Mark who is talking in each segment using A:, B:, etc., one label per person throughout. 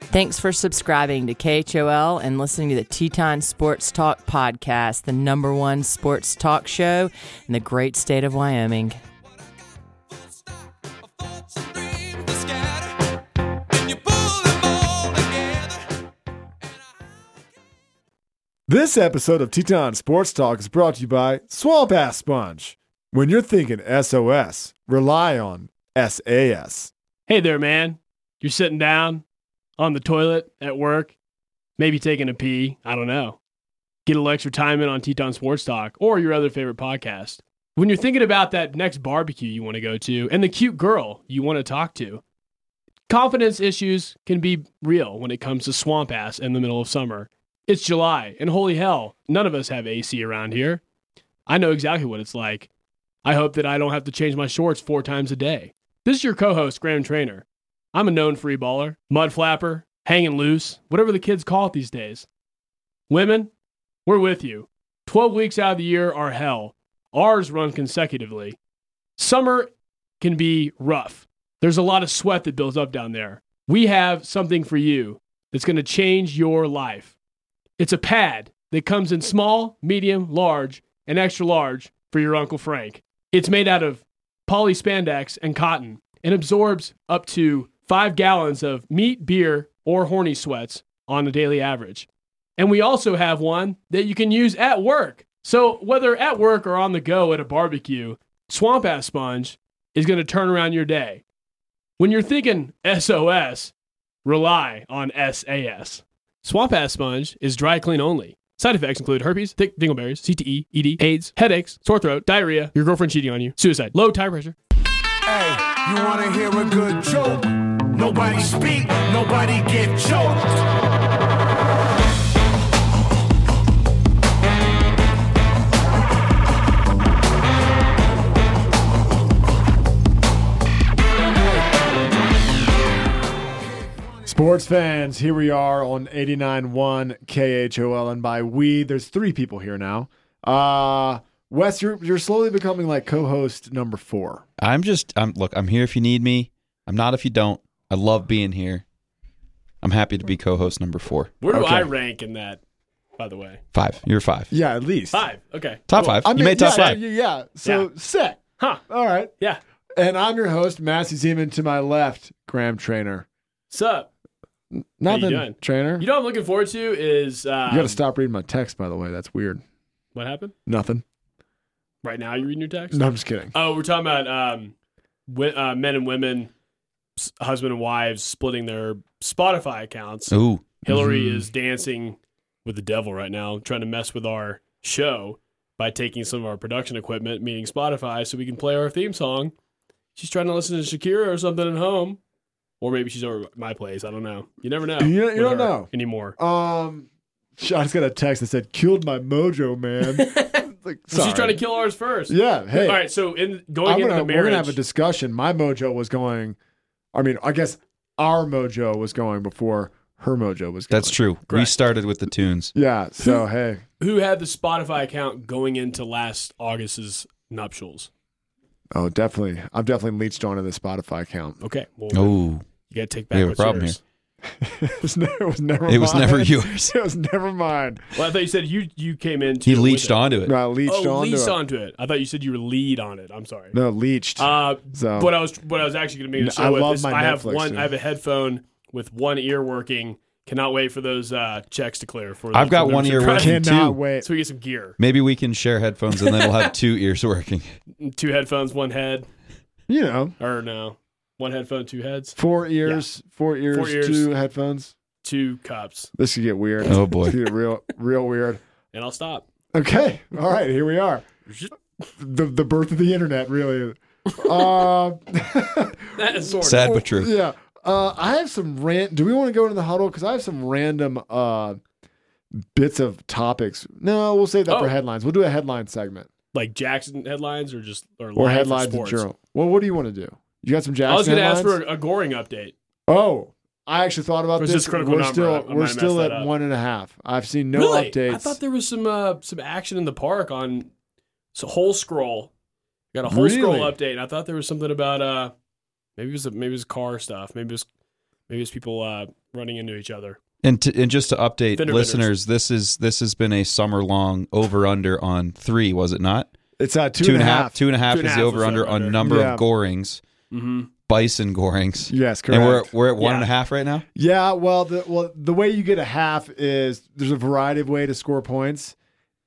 A: Thanks for subscribing to KHOL and listening to the Teton Sports Talk podcast, the number one sports talk show in the great state of Wyoming.
B: This episode of Teton Sports Talk is brought to you by Swamp Ass Sponge. When you're thinking SOS, rely on SAS.
C: Hey there, man. You're sitting down on the toilet at work, maybe taking a pee. I don't know. Get a little extra time in on Teton Sports Talk or your other favorite podcast. When you're thinking about that next barbecue you want to go to and the cute girl you want to talk to, confidence issues can be real when it comes to swamp ass in the middle of summer. It's July, and holy hell, none of us have AC around here. I know exactly what it's like. I hope that I don't have to change my shorts four times a day. This is your co host, Graham Trainer. I'm a known free baller, mud flapper, hanging loose, whatever the kids call it these days. Women, we're with you. 12 weeks out of the year are hell. Ours run consecutively. Summer can be rough. There's a lot of sweat that builds up down there. We have something for you that's going to change your life. It's a pad that comes in small, medium, large, and extra large for your Uncle Frank. It's made out of poly spandex and cotton and absorbs up to five gallons of meat, beer, or horny sweats on a daily average. And we also have one that you can use at work. So whether at work or on the go at a barbecue, Swamp Ass Sponge is going to turn around your day. When you're thinking SOS, rely on SAS. Swamp Ass Sponge is dry clean only. Side effects include herpes, thick dingleberries, CTE, ED, E AIDS, headaches, sore throat, diarrhea, your girlfriend cheating on you, suicide, low tire pressure.
D: Hey, you wanna hear a good joke? Nobody speak, nobody get choked.
B: Sports fans, here we are on 89.1 KHOL, and by we, there's three people here now. Uh, Wes, you're, you're slowly becoming like co host number four.
E: I'm just I'm look, I'm here if you need me. I'm not if you don't. I love being here. I'm happy to be co-host number 4.
C: Where do
B: Okay.
C: I rank in that, by the way?
E: 5. You're 5.
B: Yeah, at least.
C: Five. Okay.
E: Top
C: Cool.
E: 5.
B: I
E: you
B: mean,
E: made top
B: yeah,
E: 5.
B: Yeah, yeah. So,
C: Yeah.
B: set.
C: Huh.
B: All right.
C: Yeah.
B: And I'm your host, Massey Zeman. To my left, Graham Trainer.
C: Sup? you
B: Nothing,
C: doing?
B: Trainer.
C: You
B: You,
C: know what I'm looking forward to is uh
B: got to stop reading my text, by the way. That's weird.
C: What happened?
B: Nothing.
C: Right now, you're reading your text.
B: No, I'm just kidding.
C: Oh, we're talking about um, wi- uh, men and women, s- husband and wives splitting their Spotify accounts.
E: Ooh.
C: Hillary
B: Mm-hmm.
C: is dancing with the devil right now, trying to mess with our show by taking some of our production equipment, meaning Spotify, so we can play our theme song. She's trying to listen to Shakira or something at home, or maybe she's over at my place. I don't know. You never know.
B: You- you
C: with
B: don't
C: her
B: know.
C: anymore.
B: Um, sh- I just got a text that said, killed my mojo, man. like,
C: Well,
B: sorry.
C: She's trying to kill ours first.
B: Yeah. Hey,
C: All right. So in going
B: I'm
C: into
B: gonna,
C: the marriage,
B: we're going to have a discussion. My mojo was going, I mean, I guess our mojo was going before her mojo was going.
E: That's true. We
C: Correct.
E: started with the tunes.
B: Yeah. So, hey,
C: who had the Spotify account going into last August's nuptials.
B: oh, definitely. I've definitely leached onto the Spotify account.
C: Okay. Well,
E: Ooh.
C: you got to take back
E: Oh, we have a
C: what's
E: problem
C: yours.
B: it was never, it was never
E: It was
B: mine.
E: never yours.
B: It was never mine.
C: Well, I thought you said you you came in.
E: He leached onto it.
B: No, I leached
C: oh,
B: onto
C: leased
B: it.
C: onto it. I thought you said you were lead on it. I'm sorry.
B: No, leached.
C: Uh,
B: so
C: but I was what I was actually going to make
B: No,
C: a show
B: I
C: with
B: love
C: is
B: my
C: I have
B: Netflix,
C: one.
B: dude.
C: I have a headphone with one ear working. Cannot wait for those uh, checks to clear. For
E: I've got
C: for
E: one
C: membership
E: ear
C: price.
E: working.
B: cannot
E: too.
B: wait.
C: So we get some gear.
E: Maybe we can share headphones and then we'll have two ears working.
C: Two headphones, one head,
B: You know,
C: or no, one headphone, two heads,
B: four ears, four ears,
C: Four ears.
B: two headphones.
C: two cups,
B: This could get weird.
E: Oh
B: This
E: boy.
B: could get real, real weird.
C: and I'll stop.
B: Okay, all right, here we are. The the birth of the internet, really. Uh,
C: That is sort of.
E: Sad but true.
B: yeah. Uh, I have some rant. Do we want to go into the huddle? Because I have some random uh, bits of topics. No, we'll save that for
C: Oh.
B: headlines. We'll do a headline segment
C: like Jackson headlines or just or,
B: or
C: live
B: headlines in
C: sports?
B: general. Well, what do you want to do? You got some Jackson
C: I was going to
B: headlines?
C: ask for a, a goring update.
B: Oh, I actually thought about
C: It was
B: this.
C: just critical
B: we're
C: number. I- I
B: still
C: might
B: we're
C: have
B: still
C: messed
B: at
C: that up.
B: one and a half. I've seen no
C: really?
B: updates.
C: I thought there was some uh, some action in the park on so whole scroll. Got a whole
B: Really?
C: scroll update. and I thought there was something about uh Maybe it was maybe it was car stuff. Maybe it was maybe it was people uh, running into each other.
E: And to, and just to update
C: Fender
E: listeners, this is this has been a summer long over under on three, was it not?
B: It's uh, two
E: Two and a half. Two and a half
C: Two and a
E: is
C: half
E: the
C: was
E: over under
C: over-under.
E: on number
B: Yeah.
E: of gorings,
C: Mm-hmm.
E: bison gorings.
B: Yes, correct.
E: And we're we're at one
C: Yeah.
E: and a half right now.
B: Yeah, well, the well the way you get a half is there's a variety of way to score points,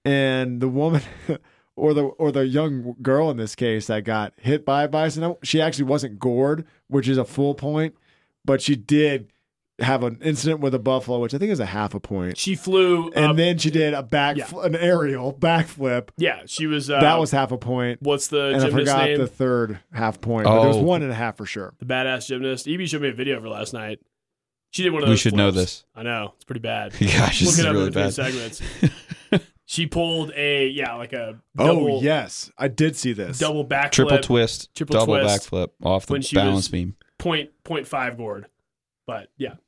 B: and the woman or the or the young girl in this case that got hit by a bison, she actually wasn't gored, which is a full point, but she did have an incident with a buffalo, which I think is a half a point,
C: She flew.
B: and
C: up-
B: then she did a back
C: yeah.
B: an aerial backflip
C: yeah, she was. Uh,
B: that was half a point,
C: what's the
B: and I
C: gymnast
B: forgot
C: name?
B: the
C: The,
B: third half point, but there was
E: Oh.
B: one and a half for sure.
C: badass gymnast. Eb showed me a video of her last night. She did one of
E: We
C: those.
E: should know
C: flips.
E: this.
C: I know it's pretty bad.
E: Gosh, this
C: Look
E: is
C: it up
E: really
C: in between
E: bad.
C: segments. she pulled a yeah, like a
B: oh
C: double,
B: yes, I did see this.
C: double backflip,
E: Triple twist,
C: triple
E: double
C: twist,
E: backflip off the
C: when she
E: balance
C: was-
E: beam.
C: point point five gourd. But yeah,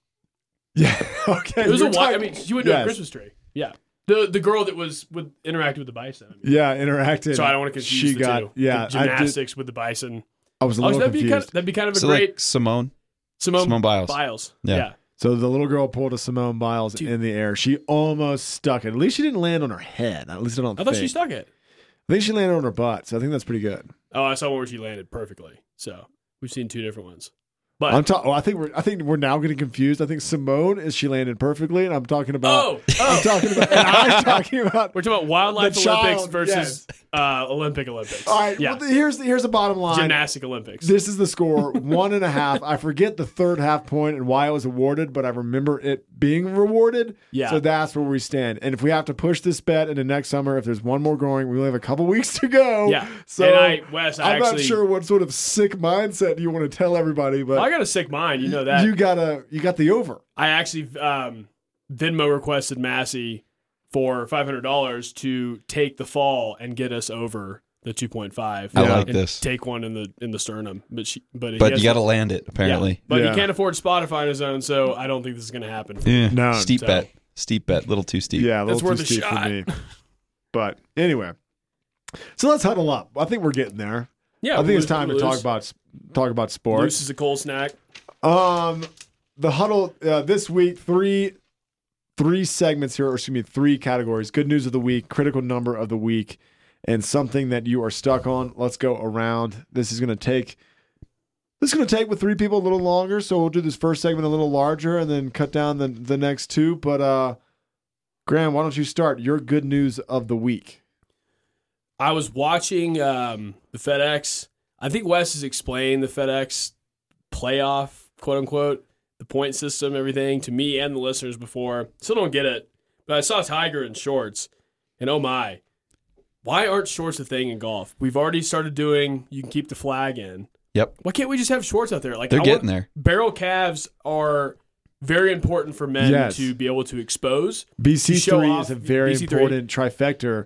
B: Yeah. Okay.
C: it was
B: you're
C: a wild. I
B: talking-
C: mean, she went to
B: Yes.
C: a Christmas tree. Yeah, the the girl that was with interacted with the bison. I mean.
B: Yeah, interacted.
C: So I don't want to confuse
B: She
C: the
B: got
C: two.
B: yeah.
C: the
B: I, did,
C: gymnastics with the bison.
B: I was a
C: Oh,
B: little
C: that'd be
B: confused.
C: kind of that'd be kind of a
E: So
C: great
E: like Simone,
C: Simone,
E: Simone Biles.
C: Yeah.
E: Yeah.
B: so the little girl pulled a Simone Biles
C: Dude.
B: in the air. She almost stuck it. At least she didn't land on her head. At least I don't.
C: I thought she
B: think.
C: stuck it.
B: I think she landed on her butt. So I think that's pretty good.
C: Oh, I saw one where she landed perfectly. So we've seen two different ones. But
B: I'm talking. Oh, I think we're. I think we're now getting confused. I think Simone is she landed perfectly, and I'm talking about.
C: oh,
B: I'm
C: oh,
B: talking about. and I'm talking about.
C: we're talking about wildlife
B: The child,
C: Olympics versus uh, Olympic Olympics.
B: All right.
C: yeah,
B: Well, the- here's here's the bottom line.
C: gymnastic Olympics.
B: This is the score one and a half. I forget the third half point and why it was awarded, but I remember it being rewarded.
C: Yeah.
B: So that's where we stand. And if we have to push this bet into next summer, if there's one more growing, we only have a couple weeks to go.
C: Yeah.
B: So
C: and I, Wes, I
B: I'm not
C: actually,
B: sure what sort of sick mindset you want to tell everybody, but
C: I got a sick mind. You know that.
B: you gotta you got the over.
C: I actually um, Venmo requested Massey for five hundred dollars to take the fall and get us over the two point five.
E: I like
C: and
E: this.
C: Take one in the in the sternum, but she, but he
E: But
C: has-
E: you got to land it
C: yeah.
E: apparently.
C: But
B: Yeah.
C: he can't afford Spotify on his own, so I don't think this is going to happen.
E: Yeah.
B: No,
E: steep
C: so-
E: bet. Steep bet. Little too steep.
B: Yeah, a
C: That's
B: little
C: worth
B: too
C: a
B: steep
C: shot.
B: for me. But anyway. So let's huddle up. I think we're getting there.
C: Yeah,
B: I think
C: we'll
B: it's time to
C: lose-
B: talk about talk about sports.
C: Loose is a cold snack.
B: Um, the huddle uh, this week three three segments here, or excuse me, three categories: good news of the week, critical number of the week, and something that you are stuck on. Let's go around. This is going to take. This is going to take with three people a little longer, so we'll do this first segment a little larger and then cut down the the next two. But uh, Graham, why don't you start your good news of the week?
C: I was watching um, the FedEx. I think Wes has explained the FedEx playoff, quote unquote, the point system, everything to me and the listeners before. Still don't get it, but I saw Tiger in shorts, and oh my, why aren't shorts a thing in golf? We've already started doing. You can keep the flag in.
E: Yep.
C: Why can't we just have shorts out there? Like
E: They're
C: I
E: getting
C: want-
E: there.
C: Barrel calves are very important for men
B: Yes.
C: to be able to expose.
B: BC
C: Show
B: three
C: off
B: is a very
C: BC3.
B: important trifector,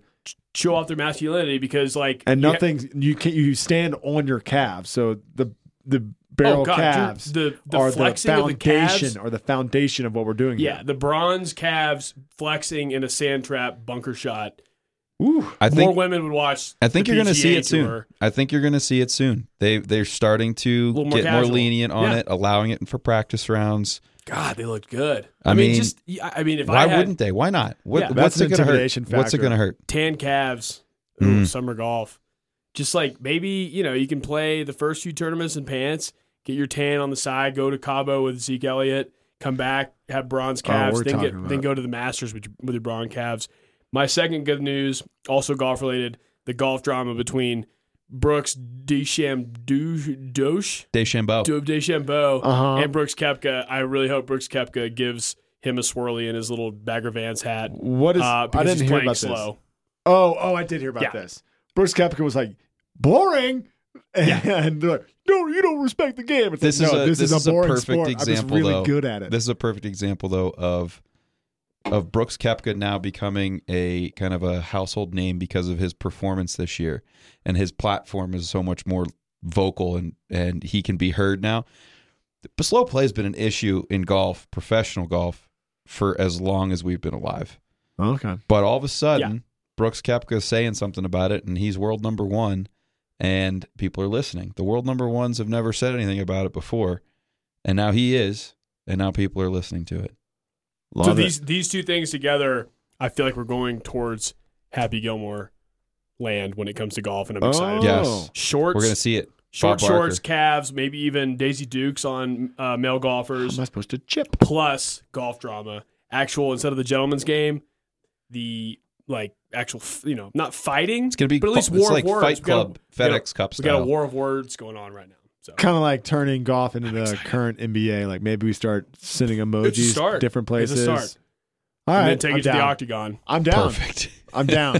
C: show off their masculinity because like
B: and
C: you ha-
B: nothing you can you stand on your calves. So the the barrel
C: oh, God, dude,
B: calves
C: the, the
B: are the
C: flexing of the
B: foundation
C: calves
B: or the foundation of what we're doing.
C: yeah the bronze calves flexing in a sand trap bunker shot
B: here. Ooh,
E: I
C: more
E: think
C: women would watch
E: I think
C: the
E: you're going to see
C: PGA
E: it soon.
C: tour.
E: I think you're going to see it soon. They they're starting to
C: little more
E: get more
C: casual.
E: lenient on
C: Yeah.
E: it, allowing it for practice rounds.
C: god they looked good
E: I
C: i, mean,
E: mean,
C: just yeah, i mean if
E: Why
C: i had
E: wouldn't they? Why not? What,
C: Yeah.
B: That's
E: what's
B: an
E: it going to hurt?
B: intimidation
E: What's it
B: factor.
E: going to hurt?
C: tan calves ooh,
B: Mm-hmm.
C: summer golf just like maybe you know you can play the first few tournaments in pants get your tan on the side go to cabo with zeke elliott come back have bronze calves
B: Oh, we're
C: then get
B: talking
C: then
B: about-
C: go to the masters with, with your bronze calves my second good news also golf related the golf drama between brooks DeChambeau Dosh
E: Deschambeau.
C: Dove
B: Oh.
C: DeChambeau
B: Uh-huh.
C: and Brooks Kepka. I really hope Brooks Kepka gives him a swirly in his little Bagger Vance hat.
B: what is?
C: Uh,
B: I
C: because
B: didn't
C: he's
B: hear
C: playing
B: about
C: slow.
B: this. Oh, oh, I did hear about
C: Yeah.
B: this. Brooks Koepka was like boring, and they're like, "No, you don't respect the game." It's
E: This
B: like,
E: is
B: no,
E: a-
B: this,
E: this
B: is
E: is a
B: boring
E: perfect
B: sport. I'm just
E: example,
B: really
E: though.
B: good at it.
E: This is a perfect example though of of Brooks Kepka now becoming a kind of a household name because of his performance this year and his platform is so much more vocal and and he can be heard now. But slow play has been an issue in golf, professional golf for as long as we've been alive.
B: okay,
E: But all of a sudden, Brooks Kepka is saying something about it and he's world number 1 and people are listening. The world number ones have never said anything about it before, and now he is, and now people are listening to it.
F: Love
C: so
F: it.
C: these these two things together, I feel like we're going towards Happy Gilmore land when it comes to golf, and I'm excited.
B: Oh.
C: about it.
E: Yes,
C: Shorts,
E: we're gonna see it.
C: short
E: Bob Barker.
C: shorts, calves, maybe even Daisy Dukes on uh, male golfers.
B: How
E: Oh
B: am I supposed to chip?
C: plus golf drama. Actual instead of the gentleman's game, the like actual f- you know not fighting.
E: It's gonna be
C: but at least
E: fu-
C: war
E: it's
C: of
E: like
C: words.
E: Fight
C: We got a-
E: Club,
C: we got a-
E: FedEx Cup
C: We got a
E: style.
C: war of words going on right now. So
B: Kind of like turning golf into the current NBA. Like maybe we start sending emojis
C: start.
B: to different
C: It's
B: places.
C: a start.
B: All
C: and
B: right,
C: then take
B: I'm
C: it to
B: down.
C: the octagon.
B: I'm down.
E: Perfect.
B: I'm down.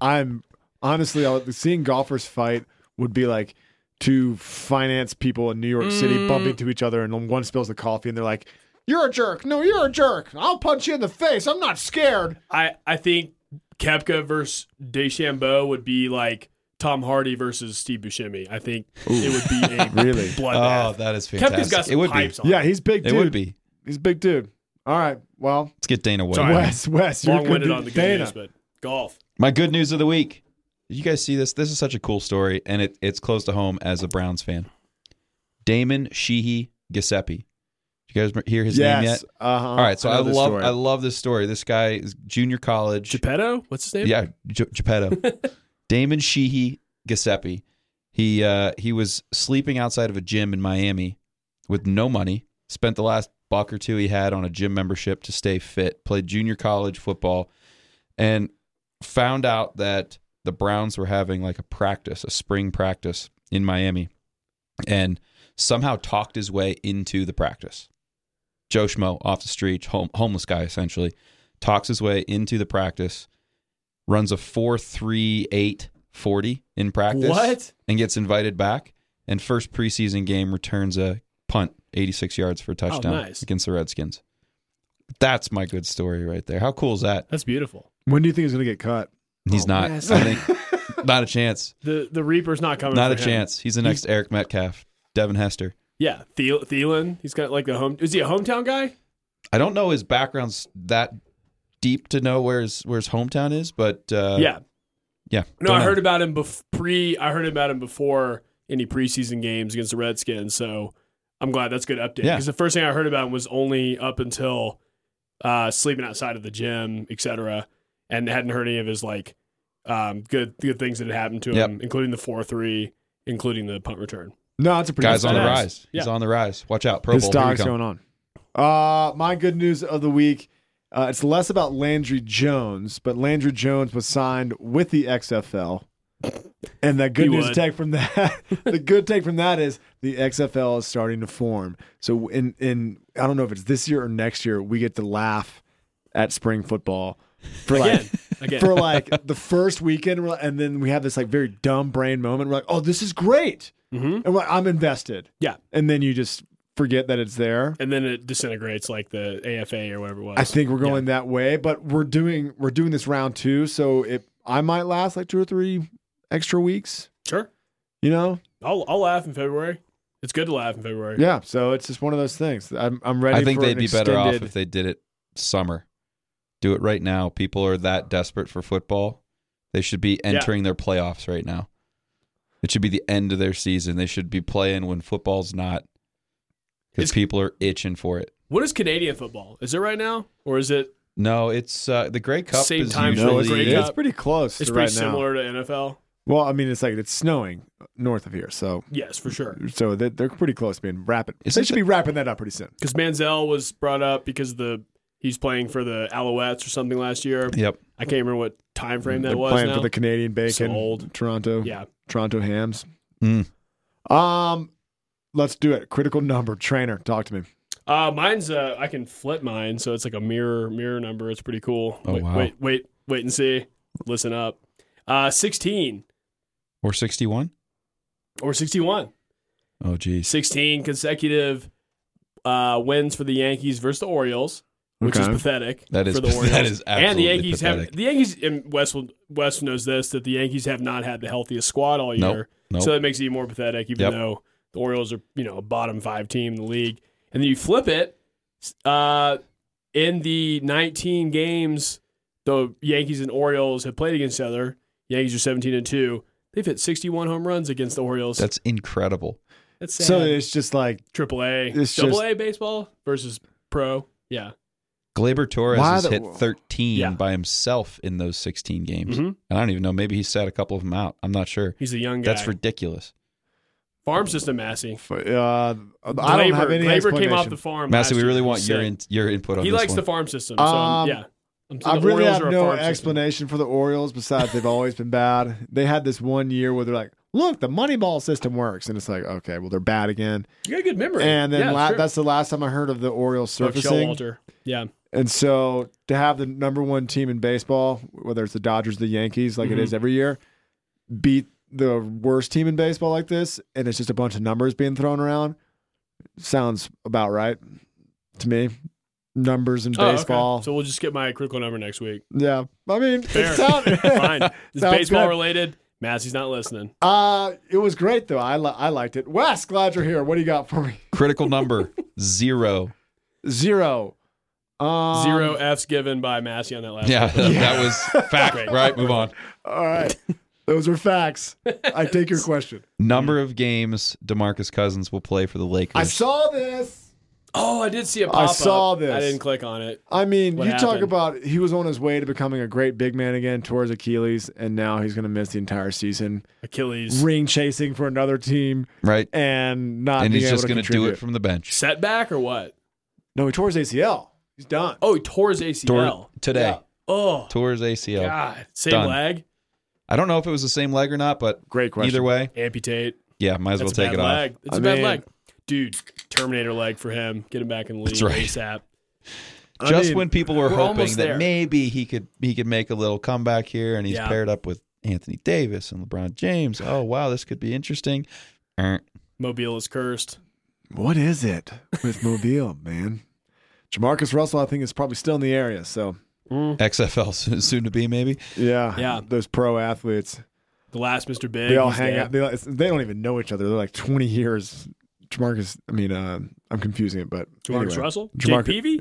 B: I'm honestly I would- seeing golfers fight would be like two finance people in New York
C: Mm.
B: City bump into each other, and one spills the coffee, and they're like, "You're a jerk. No, you're a jerk. I'll punch you in the face. I'm not scared."
C: I I think Kepka versus Deschambeau would be like Tom Hardy versus Steve Buscemi. I think it would be a
B: Really?
E: Oh,
C: bloodbath.
E: that is fantastic.
C: Kepka's got
E: it
C: some
E: would
C: pipes
E: be.
C: on.
B: Yeah, he's big.
E: It
B: dude.
E: would be.
B: He's a big dude. All right. Well,
E: Let's get Dana White.
C: Sorry.
E: on.
B: Wes, Wes, you're
C: long winded
B: gonna
C: on
B: be
C: the good
B: Dana.
C: news, but golf.
E: My good news of the week. Did you guys see this? This is such a cool story, and it, it's close to home as a Browns fan. Damon Sheehy Giuseppe. Did you guys re- hear his name yet?
B: yes. Uh-huh.
E: All right, so I,
B: know this
E: love
B: story.
E: I love this story. This guy is junior college.
C: Geppetto? What's his name?
E: Yeah, Gi- Geppetto. Damon Sheehy Giuseppe. He uh, he was sleeping outside of a gym in Miami with no money. Spent the last buck or two he had on a gym membership to stay fit. Played junior college football, and found out that the Browns were having like a practice, a spring practice in Miami, and somehow talked his way into the practice. Joe Schmo off the street, home, homeless guy essentially, talks his way into the practice, runs a four three eight forty in practice,
C: What?
E: and gets invited back. And first preseason game returns a punt, eighty six yards for a touchdown
C: Oh, nice.
E: against the Redskins. That's my good story right there. How cool is that?
C: That's beautiful.
B: When do you think he's gonna get cut? Oh,
E: He's not. I think not a chance.
C: The the Reaper's not coming.
E: Not
C: for
E: a
C: him.
E: chance. He's the next Eric Metcalf, Devin Hester.
C: Yeah, Thiel, Thielen. He's got like the home. Is he a hometown guy?
E: I don't know his background's that deep to know where his where his hometown is, but uh,
C: yeah.
E: yeah.
C: No,
E: Don't
C: I
E: know.
C: heard about him bef- pre. I heard about him before any preseason games against the Redskins. So I'm glad that's a good update.
E: Yeah.
C: Because the first thing I heard about him was only up until uh, sleeping outside of the gym, etc. And hadn't heard any of his like um, good good things that had happened to
E: Yep.
C: him, including the four three, including the punt return.
B: No, it's a pretty
E: guys
B: good
E: on the
B: story.
C: Badass.
E: rise. He's
C: Yeah.
E: on the rise. Watch out, Pro
B: His
E: Bowl. Here we
B: stock's
E: come.
B: going on. Uh, my good news of the week. Uh, it's less about Landry Jones, but Landry Jones was signed with the XFL. And the good
C: He
B: news
C: would.
B: take from that, the good take from that is the XFL is starting to form. So in in I don't know if it's this year or next year, we get to laugh at spring football for like
C: Again,
B: for like the first weekend, we're like- and then we have this like very dumb brain moment. We're like, "Oh, this is great,"
C: Mm-hmm.
B: and we're like, I'm invested.
C: Yeah.
B: and then you just forget that it's there.
C: and then it disintegrates like the AFA or whatever it was.
B: I think we're going that way, but we're doing we're doing this round two, so it I might last like two or three extra weeks.
C: sure.
B: You know,
C: I'll I'll laugh in February. It's good to laugh in February.
B: yeah. So it's just one of those things. I'm I'm ready.
E: I think
B: for
E: they'd
B: an
E: be better off
B: extended-
E: if they did it summer. Do it right now. People are that desperate for football. They should be entering their playoffs right now. It should be the end of their season. They should be playing when football's not because
C: It's-
E: people are itching for it.
C: What is Canadian football? Is it right now, or is it?
E: No, it's uh, the Grey Cup
C: Same
E: is
C: time
B: No, it's,
E: usually
C: Usually break
B: it's
C: up.
B: pretty close.
C: It's
B: to
C: pretty
B: right now.
C: similar to NFL.
B: Well, I mean, it's like it's snowing north of here, so
C: Yes, for sure.
B: so they, they're pretty close to being rapid.
E: Is
B: they
E: it
B: should
E: the-
B: be wrapping that up pretty soon.
C: Because Manziel was brought up because the he's playing for the Alouettes or something last year.
E: Yep.
C: I can't remember what time frame that
B: They're
C: was.
B: playing
C: now.
B: for the Canadian Bacon,
C: So old.
B: Toronto,
C: yeah,
B: Toronto Hams.
E: Mm.
B: Um, let's do it. Critical number trainer, talk to me.
C: uh, mine's uh, I can flip mine, so it's like a mirror mirror number. It's pretty cool.
E: Oh,
C: wait,
E: wow.
C: wait, wait, wait and see. Listen up. Uh, sixteen
E: or sixty-one.
C: or sixty-one.
E: Oh, geez.
C: 16 consecutive uh, wins for the Yankees versus the Orioles, which is
B: Okay.
C: pathetic.
E: That is-
C: for the
E: that
C: Orioles.
E: is
C: and the
E: absolutely
C: Yankees
E: pathetic.
C: have the Yankees and West will- West knows this that the Yankees have not had the healthiest squad all
E: Nope.
C: year,
E: Nope.
C: so that makes it even more pathetic. Even
E: Yep.
C: though the Orioles are you know a bottom five team in the league, and then you flip it uh, in the 19 games the Yankees and Orioles have played against each other. Yankees are 17 and two. They've hit 61 home runs against the Orioles.
E: That's incredible.
C: That's sad.
B: So it's just like
C: Triple A,
B: it's
C: Double
B: just-
C: A baseball versus pro. Yeah,
E: Glaber Torres
B: Why
E: has
B: the-
E: hit 13
C: Yeah.
E: by himself in those 16 games.
B: Mm-hmm.
C: Mhm.
E: I don't even know. Maybe he sat a couple of them out. I'm not sure.
C: he's a young guy.
E: That's ridiculous.
C: farm system, Massey.
B: f- uh, I don't have any
C: Glaber came off
B: explanation.
C: the farm. last
E: Massey, we
C: year.
E: really
C: He's
E: want your
C: sick.
E: in, your input on
C: He
E: this
C: likes
E: one.
C: the farm system. So
B: Um,
C: yeah, I'm
B: I really
C: Orioles
B: have
C: are a
B: no
C: farm system.
B: explanation for the Orioles besides they've always been bad. They had this one year where they're like, "Look, the Moneyball system works," and it's like, "Okay, well they're bad again."
C: You got a good memory.
B: And then
C: yeah,
B: la-
C: sure.
B: that's the last time I heard of the Orioles
C: Buck
B: surfacing.
C: Showalter. Yeah,
B: And so to have the number one team in baseball, whether it's the Dodgers, the Yankees, like it
C: Mhm.
B: is every year, beat the worst team in baseball like this, and it's just a bunch of numbers being thrown around, sounds about right to me. Numbers in
C: Oh, okay.
B: baseball.
C: So we'll just get my critical number next week.
B: Yeah. I mean,
C: Fair.
B: it sounded
C: Fine. It's
B: Sounds
C: baseball
B: good.
C: related. Massey's not listening.
B: Uh, it was great though. I li- I liked it. Wes, glad you're here. What do you got for me?
E: Critical number zero.
B: Zero. Um,
C: Zero F's given by Massey on that last.
E: Yeah,
C: one.
E: that, that was fact.
C: Great.
E: Right, move on.
B: All right. Those are facts. I take your question.
E: Number of games Demarcus Cousins will play for the Lakers.
B: I saw this.
C: Oh, I did see a pop up.
B: saw this.
C: I didn't click on it.
B: I mean,
C: What
B: you talk
C: happened?
B: about he was on his way to becoming a great big man again towards Achilles, and now he's going to miss the entire season
C: Achilles
B: ring chasing for another team
E: right,
B: and not
E: and
B: being
E: he's
B: able
E: just
B: to
E: going to do
B: contribute.
E: it from the bench
C: setback or what?
B: no, he tore his ACL. He's done.
C: Oh, he tore his ACL.
E: Tor- today.
B: Yeah.
C: oh
E: Tours ACL.
C: God, same
E: Done.
C: leg.
E: I don't know if it was the same leg or not, but
B: Great question.
E: either way,
C: Amputate.
E: yeah, might as
C: That's
E: well
C: a
E: take
C: bad
E: it
C: leg.
E: off.
C: It's
B: I
C: a bad
B: mean-
C: leg, dude. Terminator leg for him. Get him back in the league
E: That's right.
C: ASAP.
B: I
E: just
B: mean,
E: when people were,
C: we're
E: hoping
C: almost
E: that
C: there.
E: maybe he could he could make a little comeback here, and he's
C: Yeah.
E: paired up with Anthony Davis and LeBron James. Oh wow, this could be interesting. Er,
C: Mobile is cursed.
B: What is it with Mobile, man? Jamarcus Russell, I think, is probably still in the area. So,
E: XFL soon, soon to be maybe.
B: yeah,
C: Yeah.
B: those pro athletes,
C: The last Mr. Big.
B: they all
C: he's
B: hang
C: dead.
B: out. They, it's- they don't even know each other. They're like 20 years. Jamarcus, I mean, uh, I'm confusing it, but
C: Jamarcus
B: anyway.
C: Russell.
B: Jamarcus-
C: Jake Peavy.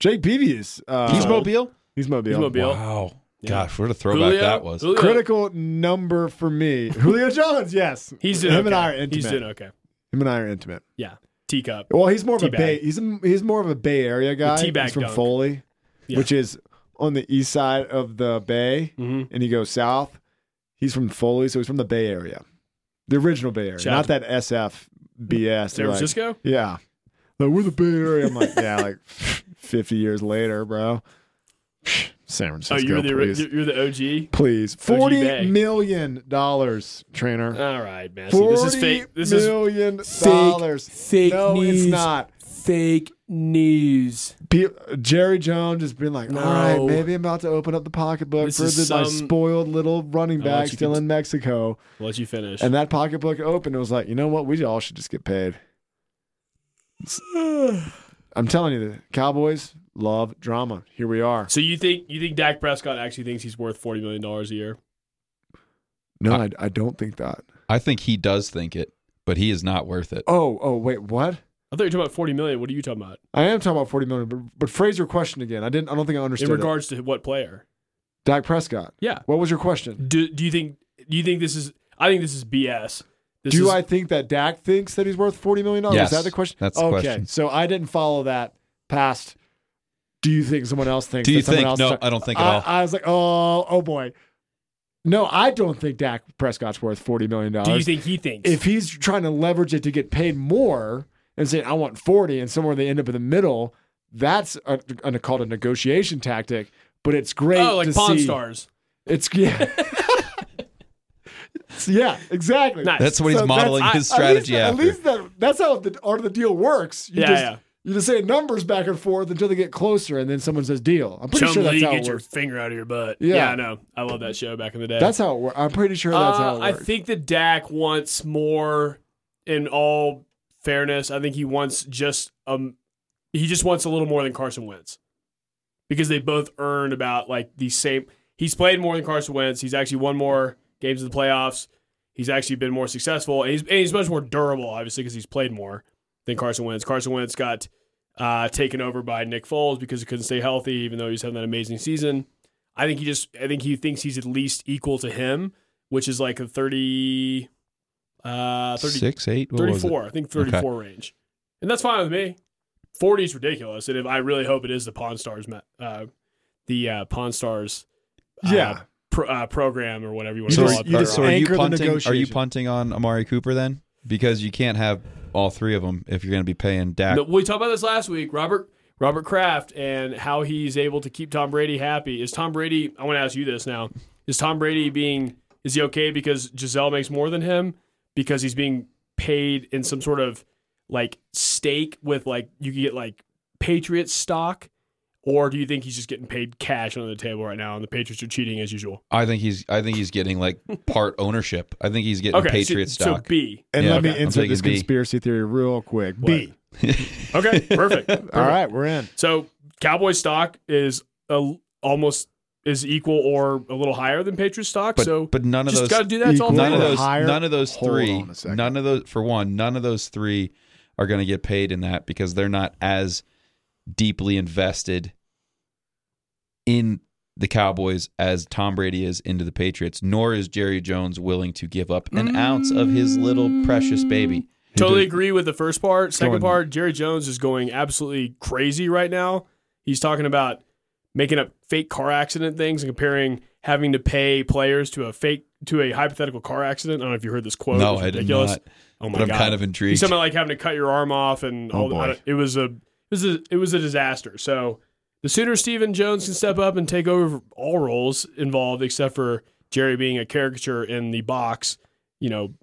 B: Jake Peavy is. Uh,
E: he's Mobile.
B: He's Mobile.
C: He's Mobile.
E: Wow,
C: Yeah.
E: gosh, what a throwback
C: Julio?
E: that was.
C: Julio.
B: Critical number for me. Julio Jones, yes.
C: He's doing
B: him and
C: okay.
B: I are intimate.
C: He's doing okay.
B: Him and I are intimate.
C: Yeah. Teacup.
B: Well, he's more of a
C: Teabag.
B: Bay. He's a, he's more of a Bay Area guy.
C: teabag
B: He's from
C: dunk.
B: Foley,
C: Yeah.
B: which is on the east side of the Bay.
C: Mm-hmm.
B: and you go south, he's from Foley, so he's from the Bay Area, the original Bay Area,
C: Shout
B: not
C: out
B: that SF BS.
C: San
B: like,
C: Francisco.
B: yeah, like we're the Bay Area. I'm like, yeah, like fifty years later, bro. San
C: Oh,
B: Francisco,
C: you were the
B: please,
C: you're the OG.
B: please,
C: OG
B: forty
C: Bay.
B: million dollars, trainer.
C: All right, man. Uh, See,
B: Forty
C: this is fake. This is
B: million dollars.
C: fake
B: no,
C: news.
B: it's not.
C: fake news.
B: Pe- Jerry Jones has been like, all right,
C: No.
B: maybe I'm about to open up the pocketbook
C: This
B: for the,
C: is
B: my
C: some-
B: spoiled little running
C: I'll let
B: back
C: you
B: still
C: cont-
B: in Mexico.
C: I'll let you finish.
B: And that pocketbook opened. It was like, you know what? We all should just get paid. I'm telling you, the Cowboys love drama. Here we are.
C: so you think you think Dak Prescott actually thinks he's worth forty million dollars a year?
B: No, I, I don't think that.
E: I think he does think it, but he is not worth it.
B: Oh, oh, wait, what?
C: I thought you were talking about forty million. What are you talking about
B: I am talking about 40 million, but, but phrase your question again. I didn't. I don't think I understood.
C: in regards to what
B: it.
C: player?
B: Dak Prescott.
C: Yeah.
B: What was your question?
C: Do do you think do you think this is? I think this is BS. This
B: Do
C: is,
B: I think that Dak thinks that he's worth forty million dollars?
E: Yes.
B: Is that the question?
E: That's the
B: okay.
E: question.
B: So I didn't follow that past. Do you think someone else thinks?
E: Do you
B: that someone Else
E: think?
B: Uh,
E: No,
B: is-
E: I don't think at
B: I,
E: all.
B: I was like, oh, oh boy. No, I don't think Dak Prescott's worth forty million dollars.
C: do you think he thinks?
B: if he's trying to leverage it to get paid more and say I want forty, and somewhere they end up in the middle, that's a, a, called a negotiation tactic. But it's great.
C: oh, like
B: to
C: Pawn
B: see.
C: Stars.
B: It's yeah. It's- yeah, exactly.
C: Nice.
E: That's what he's
B: So that's-
E: modeling
C: I-
E: his
B: At
E: strategy
B: least-
E: after.
B: At least that, that's how the art of the deal works. You
C: Yeah,
B: just,
C: yeah.
B: You just say numbers back and forth until they get closer, and then someone says deal. I'm pretty
C: Chum
B: sure that's
C: Lee,
B: how
C: get
B: it
C: your
B: works.
C: finger out of your butt.
B: Yeah.
C: I know. I love that show back in the day.
B: That's how it works. I'm pretty sure that's how
C: Uh,
B: it
C: I
B: works.
C: think that Dak wants more. In all fairness, I think he wants just um, he just wants a little more than Carson Wentz because they both earned about like the same. He's played more than Carson Wentz. He's actually won more games in the playoffs. He's actually been more successful, and he's, and he's much more durable, obviously, because he's played more than Carson Wentz. Carson Wentz got uh, taken over by Nick Foles because he couldn't stay healthy, even though he's having that amazing season. I think he just, I think he thinks he's at least equal to him which is like a 30, uh, 30
E: Six, eight, what was it?
C: 34, I think 34 range. And that's fine with me. 40 is ridiculous. And if, I really hope it is the Pawn Stars, ma- uh, the uh, Pawn Stars uh,
B: Yeah.
C: pro- uh, program or whatever you want
B: You
C: to
E: So,
C: call
B: just-
C: it.
B: you
C: but,
B: just
E: so are you
B: anchor the
E: punting? Are you
B: negotiation.
E: punting on Amari Cooper then? Because you can't have all three of them if you're going to be paying Dak.
C: No, we talked about this last week, Robert. Robert Kraft and how he's able to keep Tom Brady happy. Is Tom Brady? I want to ask you this now. Is Tom Brady being? Is he okay because Giselle makes more than him because he's being paid in some sort of like stake with like you could get like Patriots stock, or do you think he's just getting paid cash under the table right now and the Patriots are cheating as usual?
E: I think he's. I think he's getting like part ownership. I think he's getting
C: Okay,
E: Patriots
C: so,
E: stock.
C: So B.
B: And
E: Yeah,
B: let
E: okay.
B: me
E: I'm
B: insert
E: taking
B: this
E: B.
B: conspiracy theory real quick. B.
C: Okay, perfect.
B: All right, we're in.
C: So Cowboy stock is a, almost is equal or a little higher than Patriots stock.
E: but
C: so
E: but none of
C: just
E: those.
C: got to do that. It's all
E: none of
B: Or
C: fair.
E: those.
B: higher?
E: None of those
B: Hold
E: three.
B: on a second.
E: None of those. For one, none of those three are going to get paid in that because they're not as deeply invested in the Cowboys as Tom Brady is into the Patriots. Nor is Jerry Jones willing to give up an ounce of his little precious baby.
C: Mm. Totally agree with the first part. Second
E: Going-
C: part, Jerry Jones is going absolutely crazy right now. He's talking about making up fake car accident things and comparing having to pay players to a fake to a hypothetical car accident. I don't know if you heard this quote. It
E: No,
C: was
E: I did
C: ridiculous.
E: not.
C: Oh my
E: But I'm
C: god.
E: kind of
C: He's
E: intrigued.
C: talking about like having to cut your arm off and
E: Oh,
C: all
E: boy.
C: I don't- it was a it was a it was a disaster. So the sooner Steven Jones can step up and take over all roles involved except for Jerry being a caricature in the box, you know,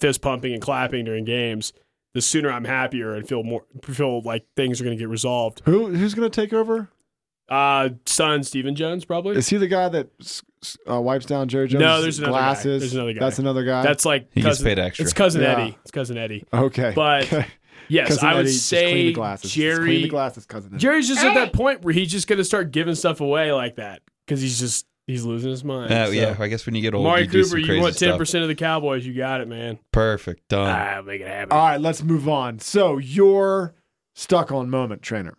C: fist pumping and clapping during games, the sooner I'm happier and feel more feel like things are going to get resolved.
B: Who who's gonna take over?
C: Uh son Steven Jones probably.
B: Is he the guy that s- s- uh, wipes down Jerry Jones'
C: No, there's another guy.
B: glasses?
C: There's another guy.
B: That's another guy.
C: That's like
E: He gets
C: cousin-
E: paid extra.
C: It's cousin
B: Yeah.
C: Eddie. It's cousin Eddie.
B: okay.
C: but-
B: Okay.
C: Yes,
B: Cousin
C: I would
B: Eddie, just clean
C: say
B: the glasses. Just clean
C: Jerry
B: the glasses, cousin. Eddie.
C: Jerry's just at that point where he's just going to start giving stuff away like that because he's just he's losing his mind.
E: Uh,
C: so.
E: Yeah, I guess when you get old,
C: Amari
E: you do
C: Cooper,
E: some
C: you
E: crazy
C: want ten
E: stuff.
C: percent of the Cowboys? You got it, man.
E: Perfect, done.
C: I'll make it happen.
B: All right, let's move on. So you're stuck on moment, trainer.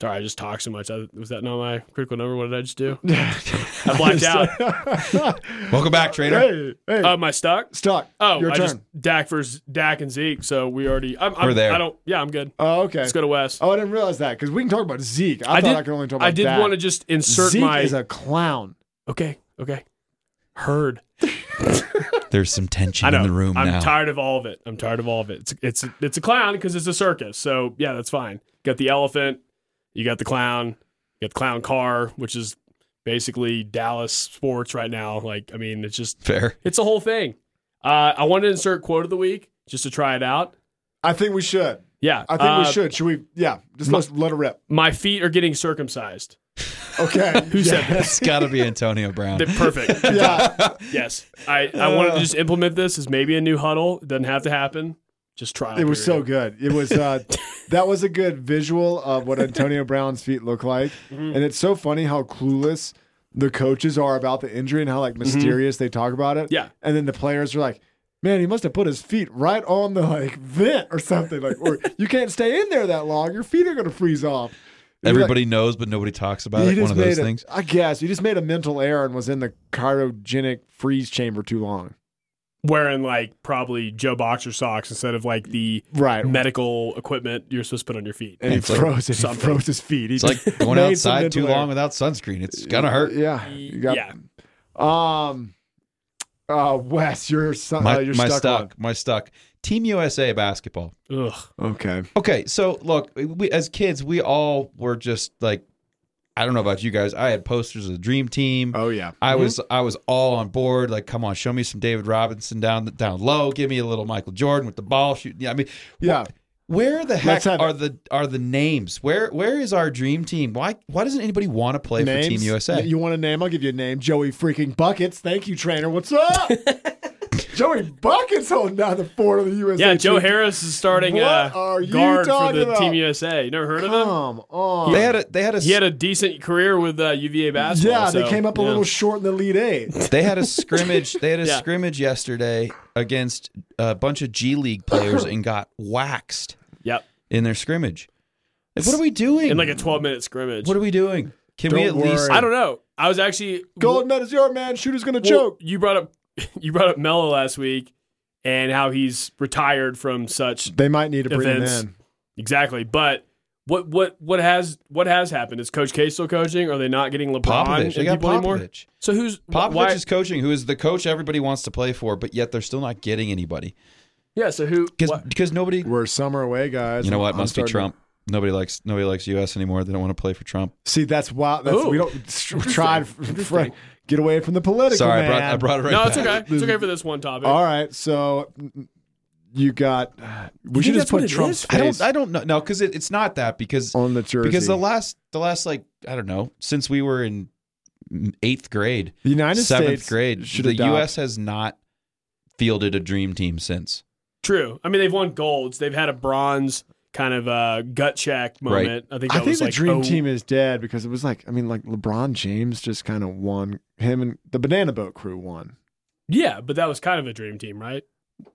C: Sorry, I just talked so much. I, was that not my critical number? What did I just do? I blacked out.
B: out.
C: Ah.
E: Welcome back, trainer.
B: hey, hey,
C: Oh, my stock.
B: stuck.
C: Oh,
B: your
C: I
B: turn.
C: just Dak versus Dak and Zeke. So we already. I'm, I'm,
E: We're there.
C: I don't. Yeah, I'm good.
B: oh, okay.
C: Let's go to Wes.
B: Oh, I didn't realize that because we can talk about Zeke. I,
C: I
B: thought
C: did-
B: I could only talk about
C: I did
B: that.
C: want to just insert
B: Zeke
C: my.
B: is a clown.
C: okay, okay. Heard.
E: There's some tension
C: I know.
E: in the room
C: I'm
E: now.
C: tired of all of it. I'm tired of all of it. It's it's it's a clown because it's a circus. So yeah, that's fine. Got the elephant. You got the clown. You got the clown car, which is basically Dallas sports right now. Like I mean, it's just
E: Fair.
C: it's a whole thing. Uh, I wanted to insert quote of the week just to try it out.
B: I think we should.
C: Yeah,
B: I think
C: uh,
B: we should. Should we? Yeah, just let's let it rip.
C: My feet are getting circumcised.
B: Okay.
C: Who said that?
E: It's got to be Antonio Brown.
C: Th- Perfect.
B: Yeah.
C: yes, I I wanted
B: Uh.
C: to just implement this as maybe a new huddle. It doesn't have to happen. Just try.
B: It was so good. It was uh, that was a good visual of what Antonio Brown's feet look like,
C: Mm-hmm.
B: and it's so funny how clueless the coaches are about the injury and how like mysterious they talk about it.
C: Mm-hmm. Yeah.
B: and then the players are like, "Man, he must have put his feet right on the like vent or something. Like, or you can't stay in there that long. Your feet are gonna freeze off." You're like,
E: Everybody knows, but nobody talks about
B: He
E: it. One
B: just
E: of those
B: made a-
E: things.
B: I guess he just made a mental error and was in the cryogenic freeze chamber too long.
C: wearing like probably Joe boxer socks instead of like the
B: Right.
C: medical equipment you're supposed to put on your feet.
B: and he
E: It's like
B: froze it. He
C: something.
B: froze his feet. He
E: It's like going
B: made some
E: outside too
B: mental
E: long
B: error.
E: without sunscreen. It's gonna hurt.
B: Yeah. You got,
C: yeah.
B: Um, uh, Wes, you're son,
E: My,
B: uh, you're
E: my
B: stuck.
E: stuck. My stuck. Team USA basketball.
C: Ugh.
B: On. Okay.
E: Okay, so look, we as kids, we all were just like, I don't know about you guys. I had posters of the Dream Team.
B: Oh yeah.
E: I was I was all on board. Like, come on, show me some David Robinson down down low. Give me a little Michael Jordan with the ball shooting. Yeah, I mean,
B: Yeah.
E: Where the heck
B: Let's have
E: are the are the names? Where where is our dream team? Why why doesn't anybody want to play
B: Names?
E: for Team USA?
B: You want a name? I'll give you a name. Joey freaking buckets. Thank you, trainer. What's up? Joey buckets holding down the fort of the USA.
C: Yeah, Joe
B: team.
C: Harris is starting
B: What
C: uh,
B: are you
C: guard for
B: talking
C: the
B: about?
C: Team USA. You never heard of him?
B: Come on.
E: they had a they had a
C: Um, He had a decent career with uh, UVA basketball.
B: yeah, they
C: so,
B: came up a
C: yeah.
B: little short in the lead eight.
E: they had a scrimmage they had a
C: Yeah.
E: scrimmage yesterday against a bunch of G League players and got waxed
C: Yep,
E: in their scrimmage. Like, what are we doing?
C: in like a 12 minute scrimmage.
E: what are we doing? Can we at
B: Don't
E: least
B: worry.
C: I don't know. I was actually
B: Gold medal's your man. Shooter's gonna
C: well,
B: choke.
C: You brought up you brought up Mello last week and how he's retired from such
B: They might need to bring
C: Events.
B: him in.
C: exactly. But what what what has what has happened? Is Coach K still coaching? Are they not getting LeBron
E: Popovich.
C: and
E: They got
C: people anymore?
E: Popovich.
C: So who's
E: Popovich
C: why,
E: is coaching, who is the coach everybody wants to play for, but yet they're still not getting anybody
C: yeah? So who?
E: because
C: why-
E: because nobody.
B: We're summer away, guys.
E: You know what?
B: I'm
E: Must be
B: starting to-
E: Trump. Nobody likes nobody likes U.S. anymore. They don't want to play for Trump.
B: See, that's why that's, we
C: Ooh.
B: don't we tried Frank, get away from the political.
E: Sorry, I brought,
B: man.
E: I brought it right
C: no,
E: back.
C: it's okay. It's okay for this one topic.
B: All right, so mm, you got. We
C: You
B: should
C: think
B: just
C: that's what
B: put
C: it
B: Trump's
C: is?
E: I
B: face
E: don't. I don't know. No, because it, it's not that because
B: on the jersey.
E: because the last the last like I don't know since we were in eighth grade,
B: The United
E: seventh
B: States
E: grade,
B: should
E: the
B: adopt-
E: U.S. has not fielded a dream team since.
C: True. I mean, they've won golds. They've had a bronze kind of uh, gut check
E: Right.
C: moment. I think
B: I
C: that
B: think
C: was
B: the
C: like,
B: dream
C: oh,
B: team is dead because it was like I mean like LeBron James just kind of won him and the Banana Boat crew won.
C: Yeah, but that was kind of a dream team, right?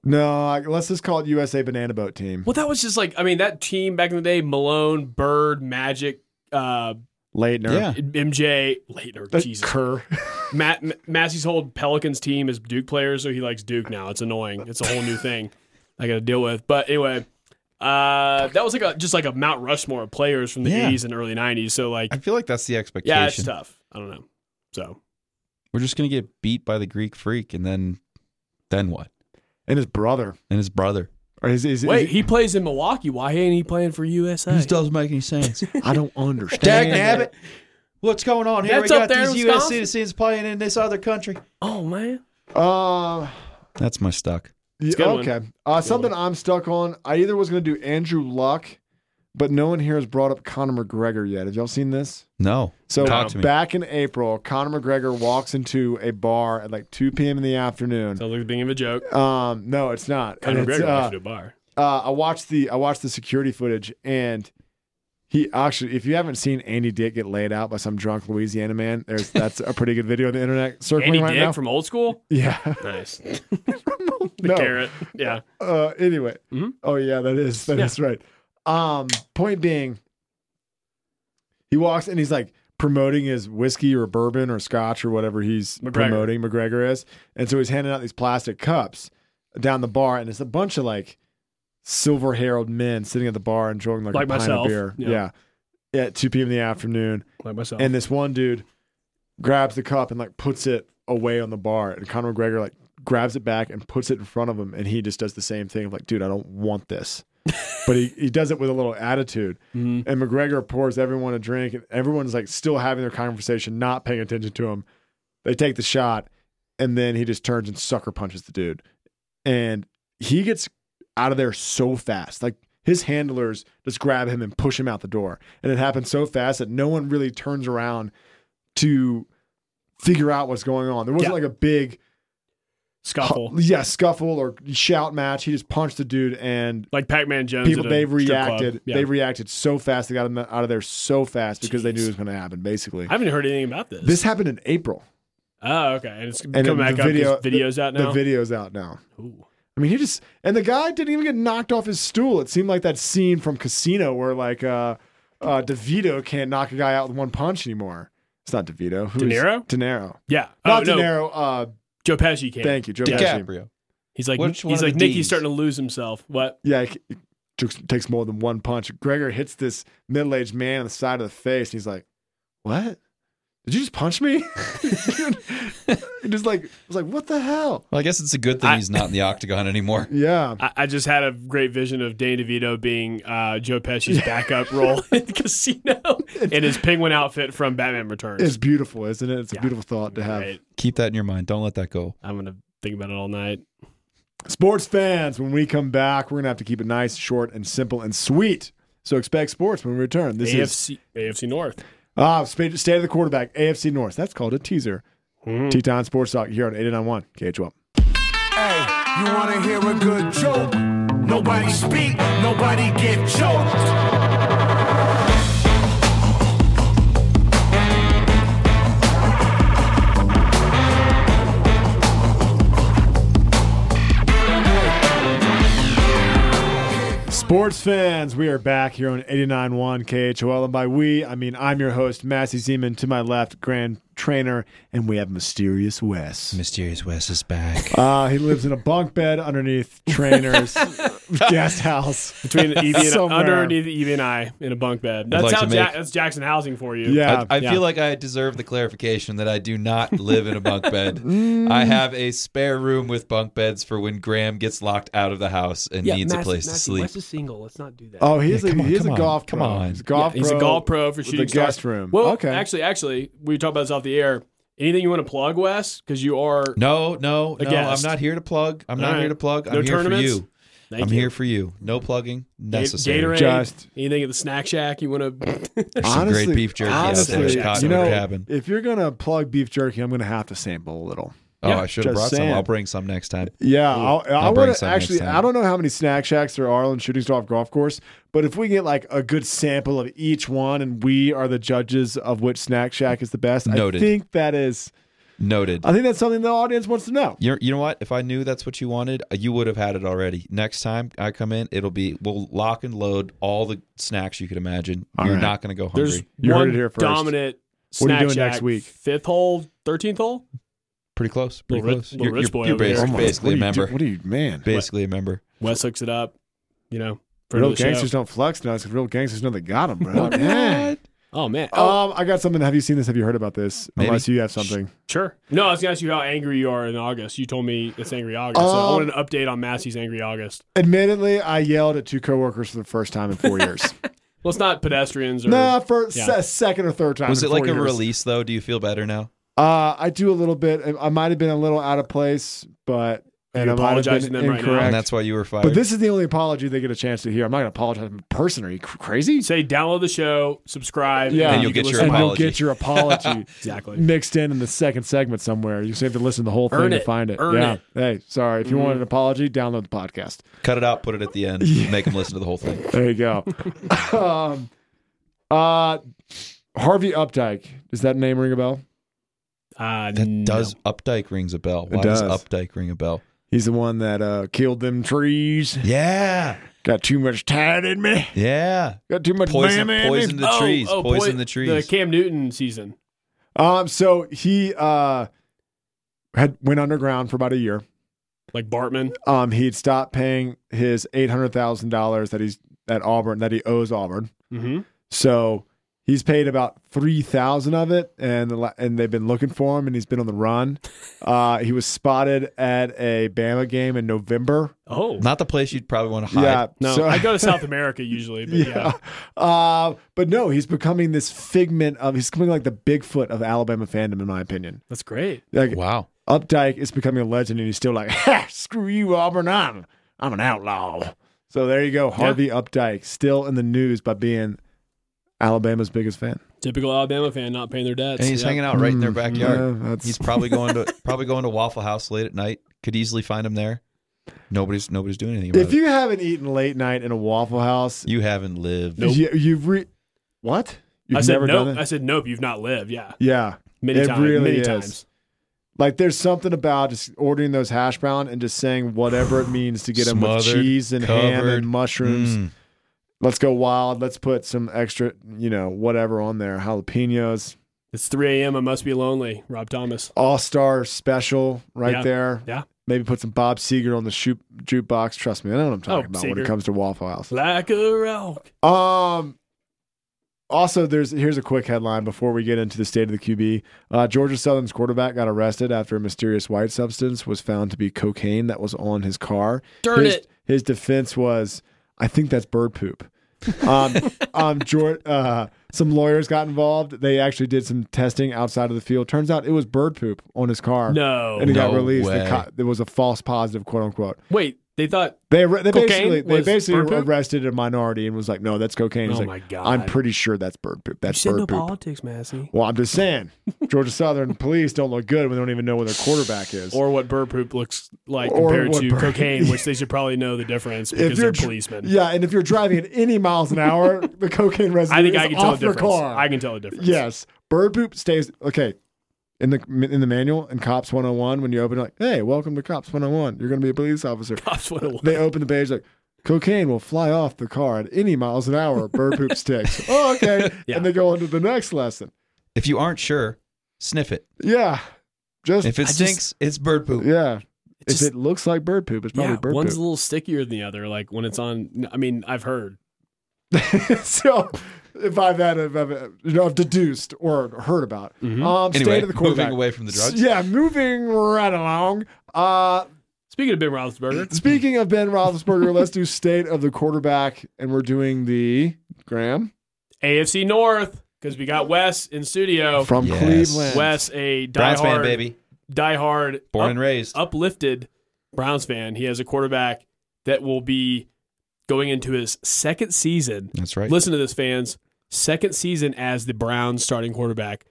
B: No, I, let's just call it USA Banana Boat Team.
C: Well, that was just like I mean, that team back in the day: Malone, Bird, Magic, uh,
B: Leitner,
E: Yeah,
C: MJ, Later,
B: That-
C: Jesus,
B: Kerr.
C: Matt M- Massey's whole Pelicans team is Duke players, so he likes Duke now. It's annoying. It's a whole new thing I got to deal with. But anyway, uh, that was like a just like a Mount Rushmore of players from the
E: Yeah.
C: 80s and early 90s. So like,
E: I feel like that's the expectation.
C: yeah, it's tough. I don't know. So
E: We're just gonna get beat by the Greek Freak, and then then what?
B: and his brother.
E: And his brother.
B: Or his, his,
C: wait,
B: his-
C: he plays in Milwaukee. Why ain't he playing for USA?
E: This doesn't make any sense.
B: I don't understand.
E: Dag nabbit. What's going on here?
C: That's
E: we
C: up
E: got
C: there in
E: these U.S.
C: Wisconsin?
E: citizens playing in this other country.
C: oh man,
B: Uh,
E: That's my stuck.
B: yeah,
C: a good one.
B: okay. Uh, something I'm stuck on. I either was going to do Andrew Luck, but no one here has brought up Conor McGregor yet. Have y'all seen this?
E: No.
B: So
E: Talk to me.
B: back in April, Conor McGregor walks into a bar at like 2 p.m. in the afternoon.
C: sounds like the beginning of a joke.
B: Um, no, it's not. And
C: Conor
B: it's,
C: McGregor
B: uh,
C: uh, to a bar.
B: uh, I watched the I watched the security footage, and he actually, if you haven't seen Andy Dick get laid out by some drunk Louisiana man, there's that's a pretty good video on the internet circling
C: Andy
B: right
C: Dick
B: now.
C: from old school.
B: yeah,
C: Nice. The
B: no.
C: carrot. Yeah.
B: Uh, anyway,
C: Mhm.
B: oh yeah, that is that is
C: Yeah.
B: right. Um, point being, he walks and he's like promoting his whiskey or bourbon or scotch or whatever he's
C: McGregor.
B: promoting. McGregor is, and so he's handing out these plastic cups down the bar, and it's a bunch of like silver haired men sitting at the bar enjoying like,
C: Like
B: a pint
C: myself.
B: of beer.
C: Yeah.
B: Yeah. At 2 p.m. in the afternoon.
C: Like myself.
B: And this one dude grabs the cup and like puts it away on the bar. And Conor McGregor like grabs it back and puts it in front of him. And he just does the same thing of like, dude, I don't want this. but he, he does it with a little attitude.
C: Mhm.
B: And McGregor pours everyone a drink. And everyone's like still having their conversation, not paying attention to him. They take the shot. And then he just turns and sucker punches the dude. And he gets out of there so fast. Like his handlers just grab him and push him out the door. And it happens so fast that no one really turns around to figure out what's going on. There wasn't
C: Yeah.
B: like a big
C: Scuffle.
B: yeah, scuffle or shout match. He just punched the dude and
C: Like Pac-Man Jones.
B: people
C: at a
B: they
C: strip club.
B: reacted.
C: Yeah.
B: They reacted so fast. They got him out of there so fast because they knew it was going to happen basically.
C: I haven't heard anything about this.
B: This happened in April.
C: Oh, okay. And it's
B: And the
C: coming back up. 'cause
B: video-
C: videos out
B: The
C: now.
B: video's out now.
C: Ooh.
B: I mean, he just and the guy didn't even get knocked off his stool. It seemed like that scene from Casino where like uh, uh, DeVito can't knock a guy out with one punch anymore. It's not DeVito. Who
C: De
B: is-
C: Niro?
B: De Niro.
C: Yeah.
B: Not
C: oh,
B: De
C: no.
B: Niro. Uh,
C: Joe Pesci came.
B: Thank you, Joe Pesci.
E: DiCaprio.
C: He's like
E: Which one
C: he's
E: of
C: like
E: the
C: Nicky's
E: Ds?
C: starting to lose himself. What?
B: Yeah, it it took- takes more than one punch. Gregor hits this middle-aged man on the side of the face, and he's like, "What? Did you just punch me?" He just like, I was like, "What the hell?"
E: Well, I guess it's a good thing
C: I-
E: he's not in the octagon anymore.
B: Yeah,
C: I, I just had a great vision of Dane DeVito being uh, Joe Pesci's backup role in Casino in his penguin outfit from Batman Returns.
B: it's beautiful, isn't it? It's a
C: Yeah.
B: beautiful thought to have.
C: Right.
E: Keep that in your mind. Don't let that go.
C: I'm gonna think about it all night.
B: Sports fans, when we come back, we're gonna have to keep it nice, short, and simple and sweet. So expect sports when we return. This is
C: AFC AFC North.
B: ah sp- state of the quarterback, AFC North. That's called a teaser.
C: Hmm.
B: Teton Sports Talk here on 891 KHL.
D: Hey, you wanna hear a good joke? Nobody speak, nobody get choked.
B: Sports fans, we are back here on 89.1 KHOL. And by we, I mean I'm your host, Massey Zeman. To my left, Grand trainer, and we have Mysterious Wes.
E: Mysterious Wes is back.
B: Uh, he lives in a bunk bed underneath trainer's guest house.
C: Between Evie and
B: Somewhere.
C: underneath Evie and I in a bunk bed. That's
E: like
C: how
E: to
C: Ja-
E: make-
C: that's Jackson housing for you.
B: Yeah.
E: I, I
C: yeah.
E: feel like I deserve the clarification that I do not live in a bunk bed.
C: Mm.
E: I have a spare room with bunk beds for when Graham gets locked out of the house and needs a place to sleep.
C: Wes is single. Let's not do that.
B: oh, he's
E: Yeah,
B: a
E: come on,
B: he's
E: come
B: a
E: on,
B: golf
E: come
B: pro.
E: on.
B: He's a golf
C: he's
B: pro.
C: a golf pro for
B: with
C: shooting
B: the guest
C: stars.
B: room.
C: Well,
B: okay.
C: actually, actually, we talked about this off the air. Anything you want to plug, Wes? Because you are.
E: no, no,
C: A
E: no. I'm
C: guest.
E: not here to plug. I'm
C: All
E: not
C: right.
E: here to plug. I'm
C: No
E: here
C: tournaments?
E: for you.
C: Thank
E: I'm
C: you.
E: here for you. No plugging
C: Ga-
E: necessary.
C: Gatorade.
B: Just-
C: anything at the snack shack you want to.
E: Some great beef jerky
C: honestly,
E: out there.
C: you
E: Cotton
B: know,
E: cabin.
B: If you're gonna plug beef jerky, I'm gonna have to sample a little.
E: Oh,
C: yeah,
E: I should have
B: just
E: brought
B: saying.
E: some. I'll bring some next time.
B: Yeah, I'll, I
E: I'll bring
B: want to
E: some next
B: actually.
E: time.
B: I don't know how many snack shacks there are on Shooting Star Golf Course, but if we get like a good sample of each one, and we are the judges of which snack shack is the best,
E: Noted.
B: I think that is.
E: Noted.
B: I think that's something the audience wants to know.
E: You're, you know what? If I knew that's what you wanted, uh, you would have had it already. Next time I come in, it'll be we'll lock and load all the snacks you could imagine.
B: All
E: You're
B: right.
E: not going to go hungry.
C: There's
B: You heard
C: one
B: it here first.
C: dominant
B: What are you
C: snack
B: doing
C: shack.
B: next week?
C: Fifth hole, thirteenth hole.
E: pretty close. Pretty
C: Little rich-
E: close.
C: little
E: You're,
C: rich
E: you're-
C: boy
E: you're
C: over here.
E: basi-
B: my-
E: basically
B: what do you
E: a
B: do-
E: member.
B: what do you, man?
E: Basically a member.
C: Wes hooks it up. You know, for
B: Real
C: the show.
B: gangsters don't flex now because real gangsters know they got them, bro. Man.
C: Oh man. Oh,
B: Um, I got something. Have you seen this? Have you heard about this?
E: Maybe.
B: Unless you have something.
C: sure. No, I was gonna ask you how angry you are in August. You told me it's angry August. so I
B: Um,
C: want an update on Massey's angry August.
B: Admittedly, I yelled at two coworkers for the first time in four years.
C: Let's not pedestrians or.
B: nah, for se-
C: Yeah.
B: second or third time.
E: Was
B: in
E: it like
B: four
E: a
B: years.
E: release though? Do you feel better now?
B: Uh, I do a little bit. I might have been a little out of place, but and
C: You
B: I might have
C: apologizing
B: been
C: to them right now?
B: incorrect.
E: And that's why you were fired.
B: but this is the only apology they get a chance to hear. I'm not going to apologize in person. Are you cr- crazy?
C: Say download the show, subscribe.
B: Yeah.
C: then
B: And
C: you
E: you'll
C: can
E: get your
C: listen.
B: and you'll
E: apology.
B: get your apology
C: Exactly.
B: mixed in in the second segment somewhere. You just have to listen to the whole thing
C: Earn
B: to
C: it.
B: find it.
C: Earn
B: yeah.
C: it. Mm-hmm.
B: Hey, sorry. If you want an apology, download the podcast.
E: Cut it out. Put it at the end. Make them listen to the whole thing.
B: There you go. um, uh, Harvey Updike. Does that name ring a bell?
C: Uh,
E: That
C: no.
E: does Updike rings a bell. Why does.
B: Mm, does.
E: Updike ring a bell?
B: He's the one that uh, killed them trees.
E: Yeah,
B: Got too much tat in me.
E: yeah.
B: Got too much
E: Poison,
B: man in me.
E: poison the
C: Oh,
E: trees.
C: oh,
E: poison
C: poi-
E: the trees.
C: The Cam Newton season.
B: Um, so he uh had went underground for about a year.
C: Like Bartman.
B: Um, he'd stopped paying his eight hundred thousand dollars that he's at Auburn that he owes Auburn.
C: Mm-hmm.
B: So he's paid about three thousand of it, and the, la- and they've been looking for him, and he's been on the run. Uh, he was spotted at a Bama game in November.
C: Oh.
E: Not the place you'd probably want to hide.
B: Yeah,
C: no,
B: so-
C: I go to South America usually, but yeah.
B: yeah. Uh, but no, he's becoming this figment of he's becoming like the Bigfoot of Alabama fandom, in my opinion.
C: That's great.
B: Like
E: Wow.
B: Updike is becoming a legend, and he's still like, ha, screw you, Auburn. I'm, I'm an outlaw. So there you go. Harvey Updike, still in the news by being Alabama's biggest fan.
C: Typical Alabama fan not paying their debts.
E: And he's
C: Yeah.
E: hanging out right in their
B: Mm,
E: backyard.
B: yeah, that's-
E: He's probably going to probably going to Waffle House late at night. Could easily find him there. Nobody's nobody's doing anything about
B: if
E: it.
B: you haven't eaten late night in a Waffle House,
E: You haven't lived.
B: you, you've re- what? You've
C: I said
B: never
C: nope.
B: done
C: I
B: it?
C: said nope. You've not lived. Yeah,
B: Yeah.
C: many
B: It
C: times.
B: really
C: many
B: is.
C: times.
B: Like there's something about just ordering those hash brown and just saying whatever it means to get them with
E: Smothered,
B: cheese and ham
E: covered.
B: and mushrooms.
E: Mm.
B: Let's go wild. Let's put some extra, you know, whatever on there. Jalapenos.
C: It's 3 a.m. I must be lonely. Rob Thomas.
B: All Star special right
C: Yeah.
B: there.
C: Yeah.
B: Maybe put some Bob Seger on the shoot, jukebox. Trust me, I know what I'm talking
C: Oh,
B: about when
C: Seger.
B: it comes to Waffle House.
C: Like a rock.
B: Um. Also, there's here's a quick headline before we get into the state of the QB. Uh, Georgia Southern's quarterback got arrested after a mysterious white substance was found to be cocaine that was on his car.
C: Darn
B: his,
C: it.
B: His defense was, "I think that's bird poop." Um, um, Geor uh, some lawyers got involved. They actually did some testing outside of the field. Turns out it was bird poop on his car.
C: No.
B: and he got
E: No
B: released. The
E: way.
B: co- it was a false positive, quote unquote.
C: Wait, they thought.
B: They, arre- they
C: Cocaine
B: basically they
C: was bird
B: basically
C: poop?
B: arrested a minority and was like, no, that's cocaine. He's
C: Oh
B: like,
C: my God.
B: I'm pretty sure that's bird poop. That's bird poop.
C: politics, Massey.
B: Well, I'm just saying, Georgia Southern police don't look good when they don't even know where their quarterback is.
C: Or what bird poop looks like
B: Or
C: compared
B: what
C: to
B: bird-
C: cocaine, which they should probably know the difference because they're
B: dr-
C: policemen.
B: yeah, and if you're driving at any miles an hour, the cocaine residue
C: I think
B: is
C: I can tell the
B: off your
C: difference.
B: car.
C: I can tell the difference.
B: yes, bird poop stays okay. In the in the manual in Cops 101, when you open it, like, hey, welcome to Cops 101, you're going to be a police officer.
C: Cops 101.
B: They open the page like cocaine will fly off the car at any miles an hour. Bird poop sticks. oh, okay.
C: Yeah.
B: And they go on to the next lesson.
E: If you aren't sure, sniff it.
B: Yeah. Just
E: If it
C: I just-
E: stinks, it's bird poop.
B: yeah.
C: Just-
B: if it looks like bird poop, it's probably
C: yeah,
B: bird
C: one's a
B: poop.
C: little stickier than the other. Like when it's on, I mean, I've heard.
B: so if I've had, if I've, you know, I've deduced or heard about.
C: Mm-hmm. Uh,
B: Um,
E: Hmm? Anyway,
B: state of the quarterback.
E: moving away from the drugs.
B: Yeah, moving right along. Uh,
C: Speaking of Ben Roethlisberger,
B: speaking of Ben Roethlisberger, let's do state of the quarterback, and we're doing the Graham
C: AFC North, because we got Wes in studio.
B: from
E: Oh, Yes.
B: Cleveland.
C: Wes, a
E: Browns fan,
C: diehard,
E: baby.
C: diehard,
E: Born
C: up-
E: and raised.
C: uplifted Browns fan. He has a quarterback that will be going into his second season.
E: That's right.
C: Listen to this, fans. Second season as the Browns starting quarterback.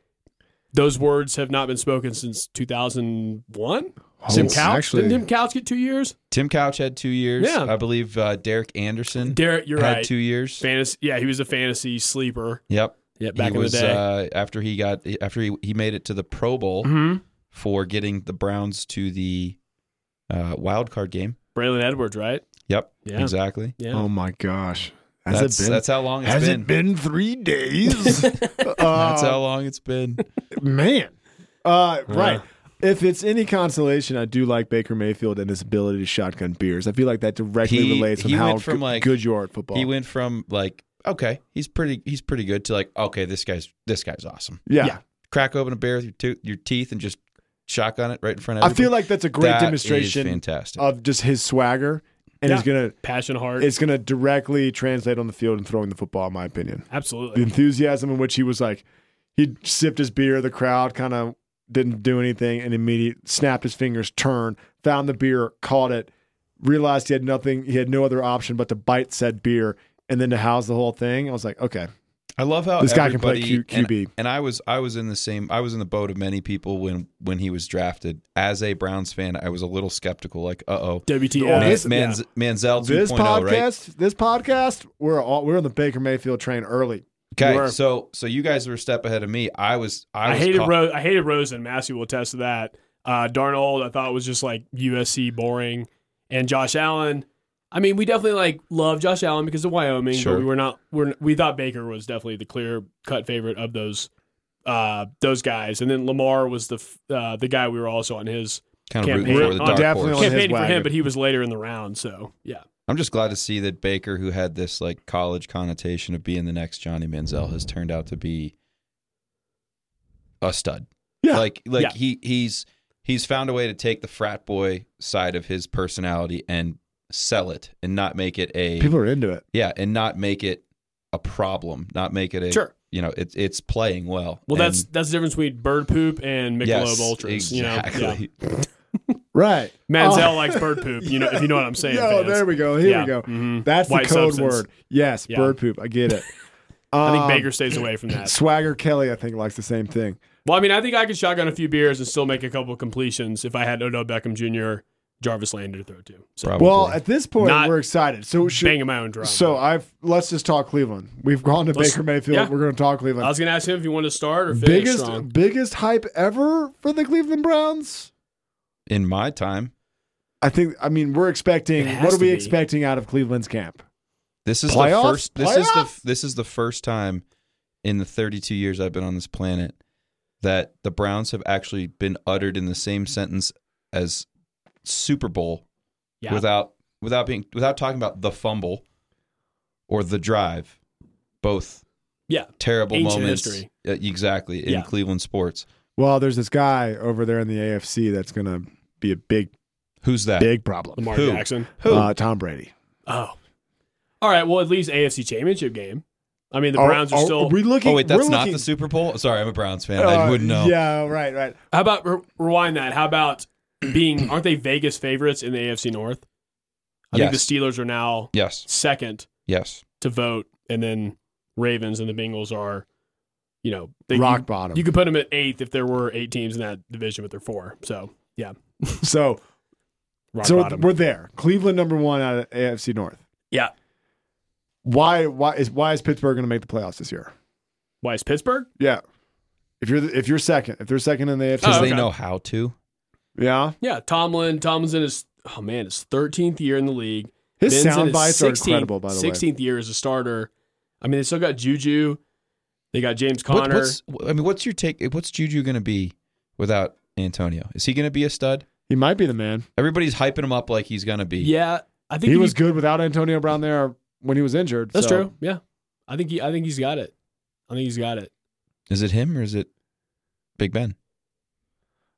C: Those words have not been spoken since 2001.
E: Oh,
C: Tim Couch?
B: Oh, actually-
C: Didn't Tim Couch get two years?
E: Tim Couch had two years.
C: Yeah.
E: I believe uh, Derek Anderson
C: Derek, you're
E: had
C: right.
E: two years.
C: Fantasy, yeah, he was a fantasy sleeper.
E: Yep.
C: Yeah, back
E: he
C: in
E: was,
C: the day.
E: Uh, after he got after he, he made it to the Pro Bowl
C: hmm
E: for getting the Browns to the uh, wild card game.
C: Braylon Edwards, right?
E: Yep.
C: Yeah.
E: Exactly.
C: Yeah.
B: Oh my gosh, has
E: That's
B: it been?
E: that's how long it's
B: has
E: been.
B: it been three days?
E: That's
B: Uh,
E: how long it's been.
B: man. Uh, right. If it's any consolation, I do like Baker Mayfield and his ability to shotgun beers. I feel like that directly
E: He-
B: relates on
E: he
B: how
E: went from,
B: g-
E: like-
B: good you are at football.
E: He went from like okay, he's pretty he's pretty good to like okay, this guy's this guy's awesome.
B: yeah.
E: yeah. Crack open a bear with your tooth, your teeth and just shotgun it right in front of.
B: I feel
E: everybody.
B: like that's a great
E: That is
B: demonstration
E: fantastic.
B: of just his swagger, and
C: Yeah.
B: it's gonna
C: Passion heart.
B: it's gonna directly translate on the field and throwing the football. In my opinion, the
C: Absolutely.
B: enthusiasm in which he was like, he sipped his beer. The crowd kind of didn't do anything, and immediately snapped his fingers, turned, found the beer, caught it, realized he had nothing, he had no other option but to bite said beer, and then to house the whole thing. I was like, okay,
E: I love how
B: This guy can play
E: everybody-
B: Q- QB.
E: And, and I was I was in the same I was in the boat of many people when when he was drafted. As a Browns fan, I was a little skeptical, like, uh oh.
C: WTF.
B: Oh, this-
E: Man, Manziel 2.0,
B: this
C: oh,
E: right?
B: podcast, this podcast, we're all, we're on the Baker Mayfield train early.
E: Okay,
C: you are-
E: so so you guys were a step ahead of me. I was I,
C: I,
E: was
C: hated
E: caught-
C: Rose. I hated Rosen. Massey will attest to that. Uh, Darnold, I thought was just like USC boring, and Josh Allen. I mean, we definitely like love Josh Allen because of Wyoming,
E: Sure.
C: but we were not. We're, we thought Baker was definitely the clear cut favorite of those uh, those guys, and then Lamar was the f- uh, the guy we were also on his
E: kind of rooting
C: campaign-
E: for the
C: on-
E: dark
B: definitely
E: horse.
B: on his
C: campaigning for
B: wagon.
C: him, but he was later in the round. So yeah,
E: I'm just glad to see that Baker, who had this like college connotation of being the next Johnny Manziel, has turned out to be a stud.
B: Yeah.
E: like like
C: Yeah.
E: he he's he's found a way to take the frat boy side of his personality and sell it, and not make it a
B: People are into it.
E: yeah, and not make it a problem, not make it a
C: Sure.
E: You know, it's it's playing well.
C: well,
E: And-
C: that's that's the difference between bird poop and Michelob
E: yes,
C: Ultras. You know, yeah.
E: exactly.
B: Right.
C: Manziel
B: Oh.
C: likes bird poop. You know, if you know what I'm saying.
B: Yo,
C: fans.
B: there we go. Here
C: Yeah.
B: we go.
C: Mhm.
B: That's
C: White
B: the code
C: substance.
B: word. Yes,
C: Yeah.
B: bird poop. I get it.
C: I think
B: Um,
C: Baker stays away from that.
B: Swagger Kelly, I think, likes the same thing.
C: Well, I mean, I think I could shotgun a few beers and still make a couple completions if I had Odell Beckham Jr., Jarvis Landry to throw to. So
E: Probably.
B: Well, at this point,
C: Not
B: we're excited. So should,
C: banging my own drum.
B: so I've let's just talk Cleveland. We've gone to
C: Let's-
B: Baker Mayfield.
C: yeah.
B: We're going to talk
C: I
B: Cleveland.
C: was going to ask him if you wanted to start or finish
B: Biggest
C: strong.
B: biggest hype ever for the Cleveland Browns.
E: in my time,
B: I think. I mean, we're expecting.
C: It has
B: What are
C: to
B: we
C: be.
B: expecting out of Cleveland's camp?
E: This is
B: Playoffs?
E: the first. This is the
B: Playoffs?
E: this is the first time in the 32 years I've been on this planet that the Browns have actually been uttered in the same sentence as Super Bowl
C: Yeah.
E: without without being without talking about the fumble or the drive, both
C: Yeah.
E: terrible
C: Ancient
E: moments
C: history.
E: Uh, exactly in
C: Yeah.
E: Cleveland sports.
B: Well, there's this guy over there in the AFC that's going to be a big
E: Who's that?
B: big problem.
C: Lamar
E: Who?
C: Jackson.
E: Who?
B: Uh, Tom Brady.
C: Oh. All right. Well, at least AFC Championship game. I mean, the
B: Are-
C: Browns are,
B: are,
C: still.
B: we looking?
E: oh wait,
B: we're
E: that's not
B: looking,
E: the Super Bowl. Sorry, I'm a Browns fan. I
B: uh,
E: wouldn't know.
B: Yeah, right, right.
C: how about re- rewind that? How about being. Aren't they Vegas favorites in the AFC North? I
E: Yes.
C: think the Steelers are now
E: Yes.
C: second
E: Yes.
C: to vote, and then Ravens and the Bengals are, you know, they,
B: Rock
C: you,
B: bottom.
C: You could put them at eighth if there were eight teams in that division, but there are four. So yeah,
B: so
C: rock
B: so
C: bottom.
B: we're there. Cleveland number one out of AFC North.
C: yeah.
B: Why why is why is Pittsburgh going to make the playoffs this year?
C: Why is Pittsburgh?
B: Yeah. If you're the, if you're second, if they're second in the AFC,
E: Because
C: Oh,
E: they
C: okay.
E: know how to.
B: yeah,
C: Yeah, Tomlin. Tomlin's in his oh man, his thirteenth year in the league.
B: his
C: Ben's in
B: sound
C: his
B: bites are
C: 16th
B: incredible. By the way,
C: sixteenth year as a starter. I mean, they still got Juju. They got James
E: What-
C: Conner.
E: what's I mean, what's your take? What's Juju going to be without Antonio? Is he going to be a stud?
B: He might be the man.
E: Everybody's hyping him up like he's going to be.
C: yeah, I think
B: He
C: if
B: was
C: you-
B: good without Antonio Brown there when he was injured.
C: That's
B: so-
C: true. Yeah, I think he. I think he's got it. I think he's got it.
E: Is it him or is it Big Ben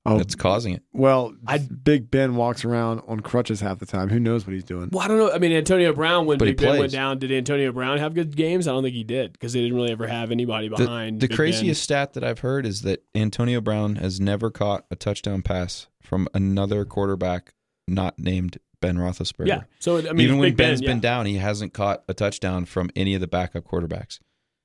B: Oh,
E: that's causing it?
B: well,
C: I-
B: Big Ben walks around on crutches half the time. Who knows what he's doing?
C: Well, I don't know. I mean, Antonio Brown when
E: But he
C: Big Ben
E: plays.
C: went down, did Antonio Brown have good games? I don't think he did because they didn't really ever have anybody
E: The-
C: behind.
E: the
C: Big Ben.
E: craziest stat that I've heard is that Antonio Brown has never caught a touchdown pass from another quarterback not named Ben Roethlisberger.
C: Yeah. So I mean,
E: Even
C: it's
E: when
C: Big
E: Ben's
C: ben, yeah.
E: been down, he hasn't caught a touchdown from any of the backup quarterbacks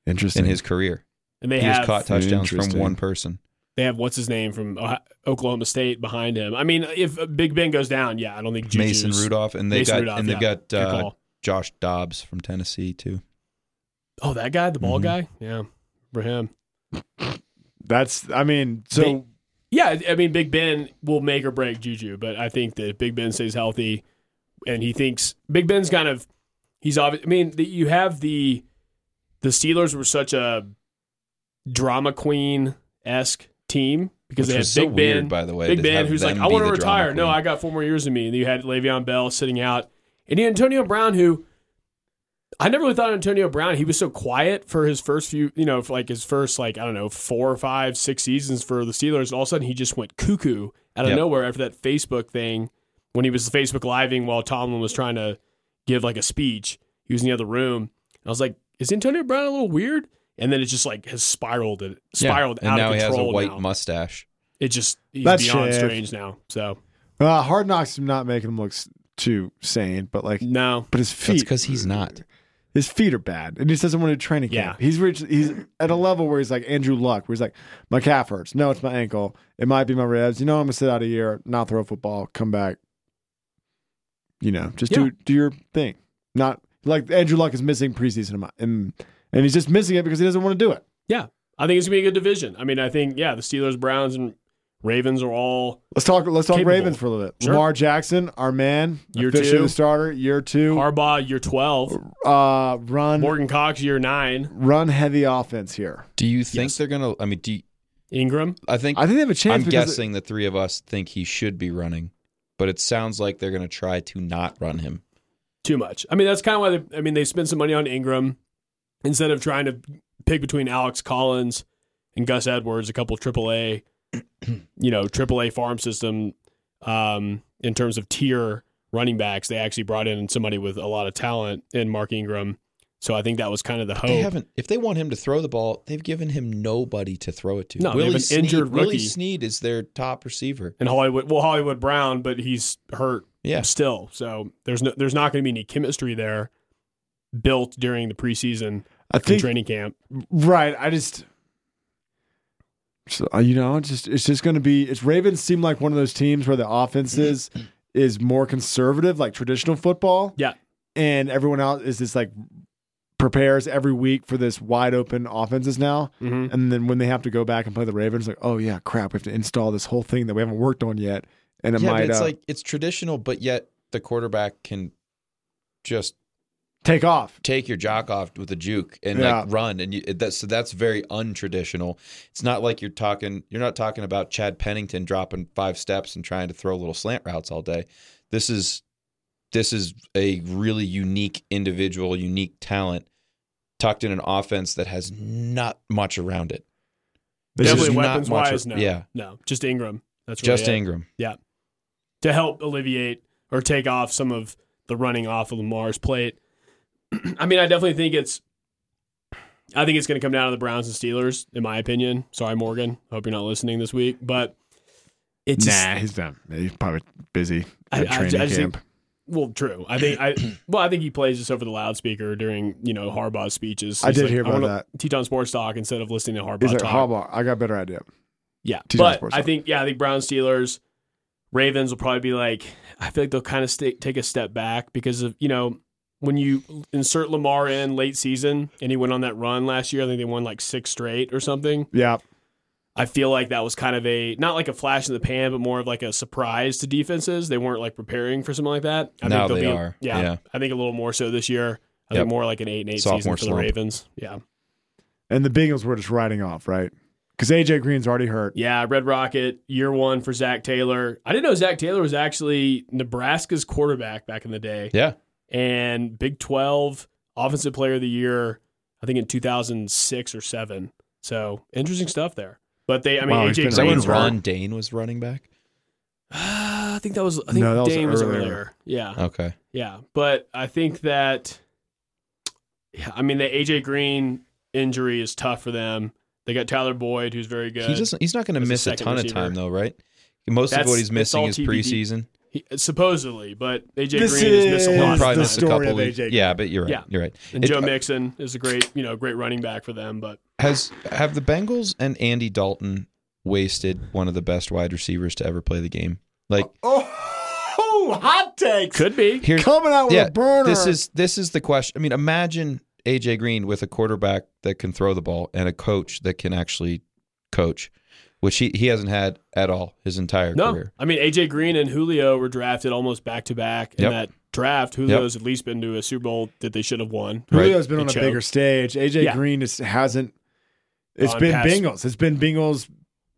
B: Interesting.
E: in his career.
C: and they
E: he
C: have
E: has caught touchdowns from
B: Interesting.
E: one person.
C: they have what's his name from Ohio- Oklahoma State behind him. I mean, if Big Ben goes down, yeah, I don't think Juju's,
E: Mason Rudolph, and they
C: Mason
E: got
C: Rudolph,
E: and they've
C: yeah.
E: got
C: Good
E: uh,
C: call.
E: Josh Dobbs from Tennessee too.
C: Oh, that guy, the ball
E: Mhm.
C: guy. Yeah, for him.
B: That's. I mean, so
C: They- Yeah, I mean, Big Ben will make or break Juju, but I think that if Big Ben stays healthy, and he thinks Big Ben's kind of he's obvious. I mean, the, you have the the Steelers were such a drama queen esque team because
E: Which
C: they had Big
E: was so
C: Ben,
E: weird, by the way,
C: Big
E: to
C: Ben,
E: have
C: who's like,
E: them
C: I
E: be
C: want to
E: the drama
C: retire. No,
E: queen.
C: I got four more years in me. And you had Le'Veon Bell sitting out, and you had Antonio Brown, who I never really thought of Antonio Brown. He was so quiet for his first few, you know, for like his first like I don't know four or five, six seasons for the Steelers. And all of a sudden, he just went cuckoo out of
E: Yep.
C: nowhere after that Facebook thing when he was Facebook living while Tomlin was trying to give like a speech. He was in the other room. And I was like, is Antonio Brown a little weird? And then it just like has spiraled it
E: Yeah,
C: spiraled
E: and
C: out
E: now
C: of
E: he has
C: control.
E: a white
C: now.
E: mustache.
C: it just he's
B: That's
C: beyond
B: Shiv.
C: strange now. So
B: uh, hard knocks do not make him look s- too sane, but like,
C: no.
B: but his
E: That's
B: feet.
E: because he's not.
B: His feet are bad, and he just doesn't want to do training
C: Yeah.
B: camp. He's reached. He's at a level where he's like Andrew Luck, where he's like, my calf hurts. No, it's my ankle. It might be my ribs. You know, I'm gonna sit out a year, not throw football, come back. You know, just
C: Yeah.
B: do do your thing. Not like Andrew Luck is missing preseason, in my- and and he's just missing it because he doesn't want to do it.
C: Yeah. I think it's gonna be a good division. I mean, I think, yeah, the Steelers, Browns, and Ravens are all
B: Let's talk. Let's talk
C: Capable.
B: Ravens for a little bit.
C: Sure.
B: Lamar Jackson, our man,
C: Year
B: officially
C: two.
B: the starter, year two.
C: Harbaugh year twelve.
B: Uh, run,
C: Morgan Cox year nine.
B: run heavy offense here.
E: Do you think
C: Yes.
E: they're gonna? I mean, do you,
C: Ingram.
E: I think
B: I think they have a chance.
E: I'm
B: because
E: guessing the three of us think he should be running, but it sounds like they're going to try to not run him.
C: too much. I mean, that's kind of why they, I mean they spent some money on Ingram instead of trying to pick between Alex Collins and Gus Edwards, a couple AAA, you know, AAA farm system um, in terms of tier running backs. They actually brought in somebody with a lot of talent in Mark Ingram, so I think that was kind of the hope.
E: They haven't. If they want him to throw the ball, they've given him nobody to throw it to.
C: No, they have an injured
E: Willie
C: rookie.
E: Sneed is their top receiver.
C: and Hollywood, well, Hollywood Brown, but he's hurt
E: Yeah,
C: still, so there's no, there's not going to be any chemistry there built during the preseason
B: I
C: and
B: think
C: training camp.
B: right. I just, so, uh, you know, it's just it's just going to be. It's Ravens seem like one of those teams where the offense is is more conservative, like traditional football.
C: Yeah.
B: and everyone else is just like prepares every week for this wide open offenses now.
C: Mm-hmm.
B: And then when they have to go back and play the Ravens, like, oh yeah, crap, we have to install this whole thing that we haven't worked on yet, and it
E: yeah,
B: might
E: but it's
B: uh,
E: like it's traditional, but yet the quarterback can just
B: take off.
E: take your jock off with a juke and
B: Yeah.
E: like run and you, that's so that's very untraditional. It's not like you're talking you're not talking about Chad Pennington dropping five steps and trying to throw little slant routes all day. This is this is a really unique individual, unique talent tucked in an offense that has not much around it.
B: This is
C: Definitely
E: not
C: weapons
E: much-
C: wise, no.
E: yeah.
C: No. Just Ingram. That's really
E: Just
C: it.
E: Ingram.
C: To help alleviate or take off some of the running off of Lamar's plate. I mean, I definitely think it's I think it's gonna come down to the Browns and Steelers, in my opinion. Sorry, Morgan. Hope you're not listening this week. But it's just-
B: nah, he's done. He's probably busy
C: I-
B: at
C: I- I
B: training
C: just think-
B: camp.
C: well, true. I think I well, I think he plays this over the loudspeaker during, you know, Harbaugh's speeches.
B: I
C: He's
B: did
C: like,
B: hear about
C: wanna-
B: that.
C: Teton Sports Talk instead of listening to Harbaugh
B: He's like,
C: talk.
B: Harbaugh, I got a better idea.
C: Yeah,
B: Two
C: but
B: Sports
C: I
B: Talk.
C: think yeah, I think Brown Steelers, Ravens will probably be like. I feel like they'll kind of st- take a step back because of you know when you insert Lamar in late season and he went on that run last year. I think they won like six straight or something.
B: Yeah,
C: I feel like that was kind of a not like a flash in the pan, but more of like a surprise to defenses. They weren't like preparing for something like that. I
E: Now
C: think they'll
E: they
C: be,
E: are,
C: Yeah,
E: yeah.
C: I think a little more so this year. I
E: Yep.
C: think more like an eight and eight
E: Sophomore
C: season for
E: slump.
C: the Ravens. Yeah,
B: And the Bengals were just riding off, right? Because AJ Green's already hurt.
C: Yeah, Red Rocket, year one for Zach Taylor. I didn't know Zach Taylor was actually Nebraska's quarterback back in the day.
E: Yeah.
C: And Big 12 Offensive Player of the Year, I think in 2006 or 7. So interesting stuff there. But they, I mean,
B: Wow, he's
C: AJ
B: been
E: Is that
C: Green.
E: when
B: Green's hurt.
E: Ron Dane was running back?
C: I think that was, I think
B: No, that was
C: Dane was
B: earlier.
C: earlier. Yeah.
B: Oh.
E: Okay.
C: Yeah, but I think that yeah, I mean the AJ Green injury is tough for them. They got Tyler Boyd, who's very good.
E: He doesn't. He's not going to
C: As a
E: miss a
C: second
E: ton of
C: receiver.
E: time though, right? Most of
C: That's-
E: what he's
C: it's
E: missing
C: all
E: is
C: TBD.
E: preseason.
C: He- supposedly, but AJ
B: This
C: Green has missed a
B: is
E: He'll
C: lot.
E: probably
B: the
C: Of
E: miss
C: time.
E: a
B: story
E: couple
B: of AJ Green.
E: Yeah, but you're right.
C: Yeah.
E: You're right.
C: And
E: It- uh,
C: Joe Mixon is a great, you know, great running back for them. But
E: Has have the Bengals and Andy Dalton wasted one of the best wide receivers to ever play the game? Like
B: Oh, hot takes.
C: could be.
E: here,
B: Coming out with a burner.
E: This is this is the question. I mean, imagine AJ Green with a quarterback that can throw the ball and a coach that can actually coach, which he, he hasn't had at all his entire
C: No,
E: career.
C: I mean AJ Green and Julio were drafted almost back to back in
E: Yep.
C: that draft. Julio's at least been to a Super Bowl that they should have won.
B: Julio's been
C: They
B: on a
C: choke.
B: bigger stage. AJ
C: Yeah.
B: Green just hasn't. It's
C: Gone
B: been
C: past-
B: Bengals. It's been Bengals.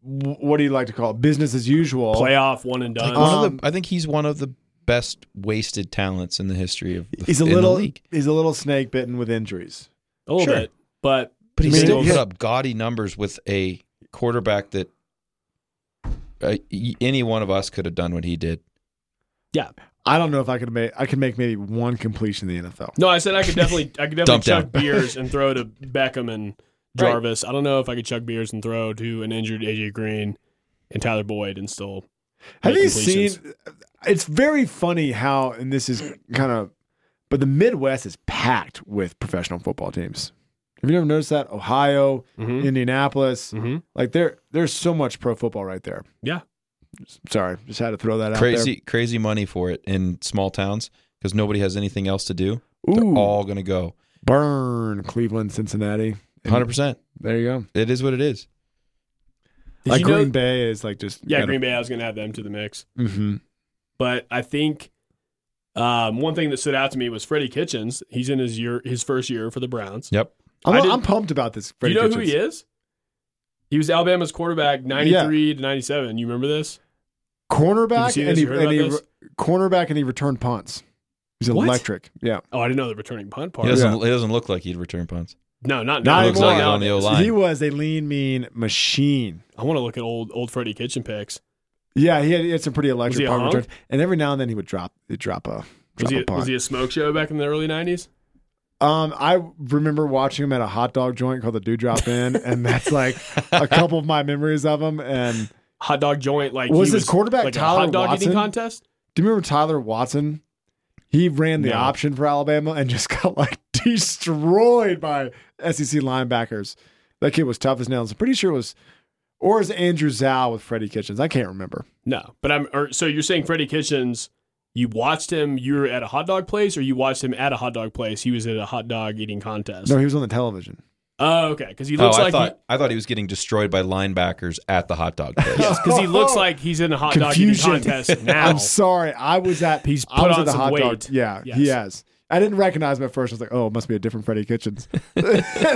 B: wh- What do you like to call it? Business as usual.
C: Playoff one and done.
E: Like, one of
B: Um,
E: the, I think he's one of the best wasted talents in the history of the,
B: He's a
E: in the
B: little.
E: league.
B: He's a little snake bitten with injuries.
C: a little
B: sure.
C: bit, but
E: But he
B: I mean,
E: still
B: he-
E: put up gaudy numbers with a quarterback that uh, y- any one of us could have done what he did.
B: I don't know if I could make. I could make maybe one completion in the NFL.
C: No, I said I could definitely, I could definitely
E: Dump down.
C: chuck beers and throw to Beckham and Jarvis. I don't know if I could chuck beers and throw to an injured AJ Green and Tyler Boyd and still.
B: Have
C: make
B: you
C: completions.
B: seen? It's very funny how, and this is kind of, but the Midwest is packed with professional football teams. Have you ever noticed that? Ohio,
C: Mhm.
B: Indianapolis,
C: Mhm.
B: like there, there's so much pro football right there.
C: Yeah.
B: Sorry, just had to throw that
E: Crazy crazy money for it in small towns because nobody has anything else to do.
B: out there.
E: They're
B: Ooh,
E: all going to go.
B: burn Cleveland, Cincinnati. And
E: 100%.
B: There you go.
E: It is what it is.
C: Did
B: like
C: you know-
B: Green Bay is like just
C: yeah, Green Bay. I was going to add them to the mix,
B: hmm
C: but I think um, one thing that stood out to me was Freddie Kitchens. He's in his year, his first year for the Browns.
E: Yep.
B: I'm,
C: I didn't-
B: I'm pumped about this.
C: Do
B: Freddie
C: you know who
B: Kitchens.
C: he is? He was Alabama's quarterback, ninety-three to ninety-seven. You remember this?
B: Cornerback
C: Did you see
B: and
C: this?
B: he,
C: You heard
B: and he
C: about
B: re- cornerback and he returned punts. He's
C: What?
B: electric. Yeah.
C: Oh, I didn't know the returning punt part.
E: He doesn't, it doesn't look like he'd return punts.
C: No,
B: Not
C: not now.
E: looks like it
B: anymore.
E: on the O
B: He
E: line.
B: was a lean, mean machine.
C: I want to look at old old Freddie Kitchen picks.
B: Yeah, he had, he had some pretty
C: he
B: electric
C: a
B: punt
C: hunk?
B: returns, and every now and then he would drop, he'd drop a
C: Was
B: drop
C: he,
B: a punt.
C: was he a smoke show back in the early 90s?
B: um, I remember watching him at a hot dog joint called the Dewdrop Inn, and that's like a couple of my memories of him. And
C: Hot dog joint, like
B: Was
C: he
B: his quarterback
C: like a
B: Tyler
C: hot dog
B: Watson?
C: eating contest?
B: do you remember Tyler Watson? He ran the
C: No.
B: option for Alabama and just got like destroyed by SEC linebackers. That kid was tough as nails. I'm pretty sure it was, or is Andrew Zhao with Freddie Kitchens? I can't remember.
C: No, but I'm. Or, so you're saying Freddie Kitchens? You watched him. You were at a hot dog place, or you watched him at a hot dog place? He was at a hot dog eating contest.
B: No, he was on the television.
C: Oh, okay, because he
E: Oh,
C: looks
E: I
C: like
E: thought I thought he was getting destroyed by linebackers at the hot dog place.
C: because he, looks like he's in a hot
B: Confusion.
C: dog eating contest now.
B: I'm sorry. I was at.
C: He's
B: I
C: put
B: was
C: on
B: at the
C: some
B: hot dog.
C: weight.
B: Yeah,
C: Yes.
B: he has. I didn't recognize him at first. I was like, "Oh, it must be a different Freddie Kitchens." and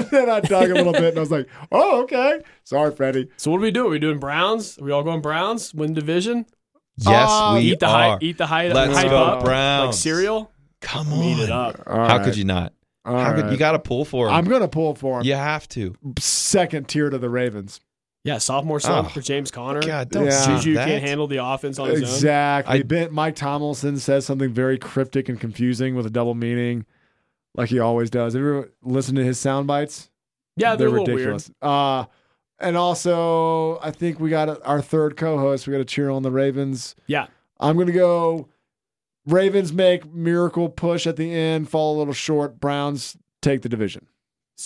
B: then I dug a little bit, and I was like, "Oh, okay. Sorry, Freddie."
C: so what are we doing? Are we doing Browns? Are we all going Browns? Win division?
E: yes,
B: Oh,
E: we
C: Eat the
E: are.
C: hype. Eat the hype.
E: Let's
C: hype
E: go
C: up, Like
E: Browns.
C: cereal.
E: Come
C: Eat it
E: on.
C: up.
B: All
E: How
B: right.
E: could you not?
B: All
E: How could
B: right.
E: you got to pull for him?
B: I'm gonna pull for him.
E: you have to.
B: Second tier to the Ravens.
C: Yeah, sophomore slump
E: Oh.
C: for James Conner.
E: God, don't
B: Yeah.
E: say
C: Juju
E: that.
C: can't handle the offense on his own.
B: Exactly.
E: I-
B: Ben, Mike Tomlinson says something very cryptic and confusing with a double meaning, like he always does. Have you ever listened to his sound bites?
C: Yeah, they're, a little
B: ridiculous. Uh, and also, I think we got our third co-host. We got to cheer on the Ravens.
C: Yeah.
B: I'm gonna go. Ravens make miracle push at the end, fall a little short. Browns take the division.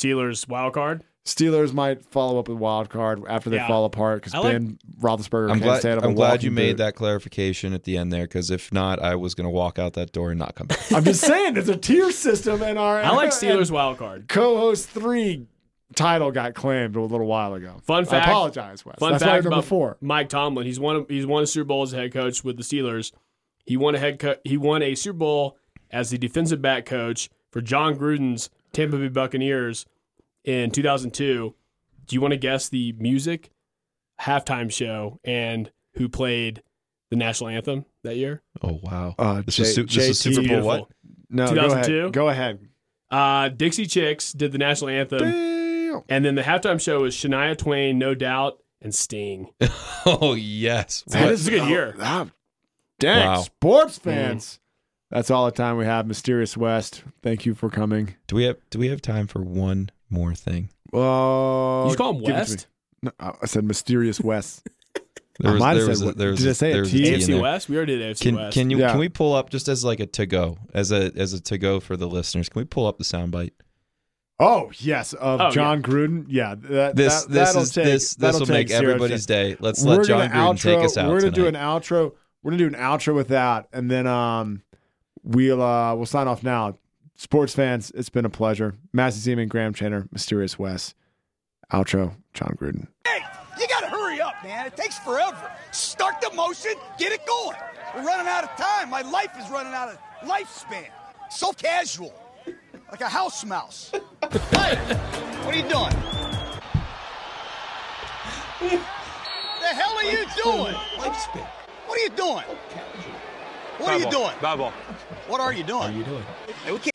C: weird. Steelers wild card.
B: Steelers might follow up with wild card after they
C: Yeah.
B: fall apart because
C: I like-
B: Ben Roethlisberger
E: I'm
B: can't
E: glad.
B: stay out of a
E: I'm glad
B: walking
E: you made
B: boot.
E: that clarification at the end there, because if not, I was going to walk out that door and not come back.
B: I'm just saying, there's a tier system, and our
C: I like
B: and
C: Steelers wild card.
B: co-host three title got claimed a little while ago.
C: Fun fact.
B: I apologize, Wes.
C: Fun
B: That's why
C: fact
B: you're number
C: about
B: four.
C: Mike Tomlin. He's won. A, he's won a Super Bowl as a head coach with the Steelers. He won a head. Co- he won a Super Bowl as the defensive back coach for John Gruden's Tampa Bay Buccaneers in 2002. Do you want to guess the music, halftime show, and who played the national anthem that year?
E: Oh wow.
B: Uh,
E: This
B: J-
E: is Su- this is
B: JT
E: Super Bowl
C: Beautiful.
E: what?
B: No, go
C: 2002?
B: ahead. Go ahead.
C: Uh, Dixie Chicks did the national anthem,
B: Damn.
C: and then the halftime show was Shania Twain, No Doubt, and Sting.
E: Oh yes.
B: That
E: What?
B: is
C: a good year. Mm-hmm.
B: Ah, dang,
E: Wow.
B: sports fans. That's all the time we have. Mysterious West, thank you for coming.
E: do we have do we have time for one more thing?
B: Oh,
C: Did you call him
B: give it to
C: West?
B: me. No, uh, I said Mysterious West.
E: There
B: I might have
E: there
B: said
E: was a-
B: what-
E: there was
B: did
E: a-
B: I say a
E: there was
B: T?
E: T in
C: AFC
E: there.
C: West. We already did AFC
E: Can
C: West.
E: can you
B: Yeah.
E: can we pull up just as like a to go as a as a to go for the listeners? Can we pull up the soundbite?
B: Oh yes, of
C: Oh, yeah.
B: John Gruden. Yeah, that,
E: This
B: that,
E: this
B: that'll
E: is
B: take,
E: this this
B: that'll
E: will
B: take
E: make
B: zero
E: everybody's
B: seconds.
E: day. Let's
B: We're
E: let John
B: gonna
E: Gruden
B: outro,
E: take us out.
B: We're gonna do an
E: tonight.
B: outro. We're gonna do an outro with that, and then um, we'll uh, we'll sign off now. Sports fans, it's been a pleasure. Massey Zeman, Graham Channer, Mysterious West. Outro, John Gruden.
G: You gotta hurry up, man. It takes forever. Start the motion, get it going. We're running out of time. My life is running out of lifespan. So casual, like a house mouse. hey, what are you doing? the hell are you doing? Lifespan. What are you doing? What are you doing? What are you doing? What are you doing?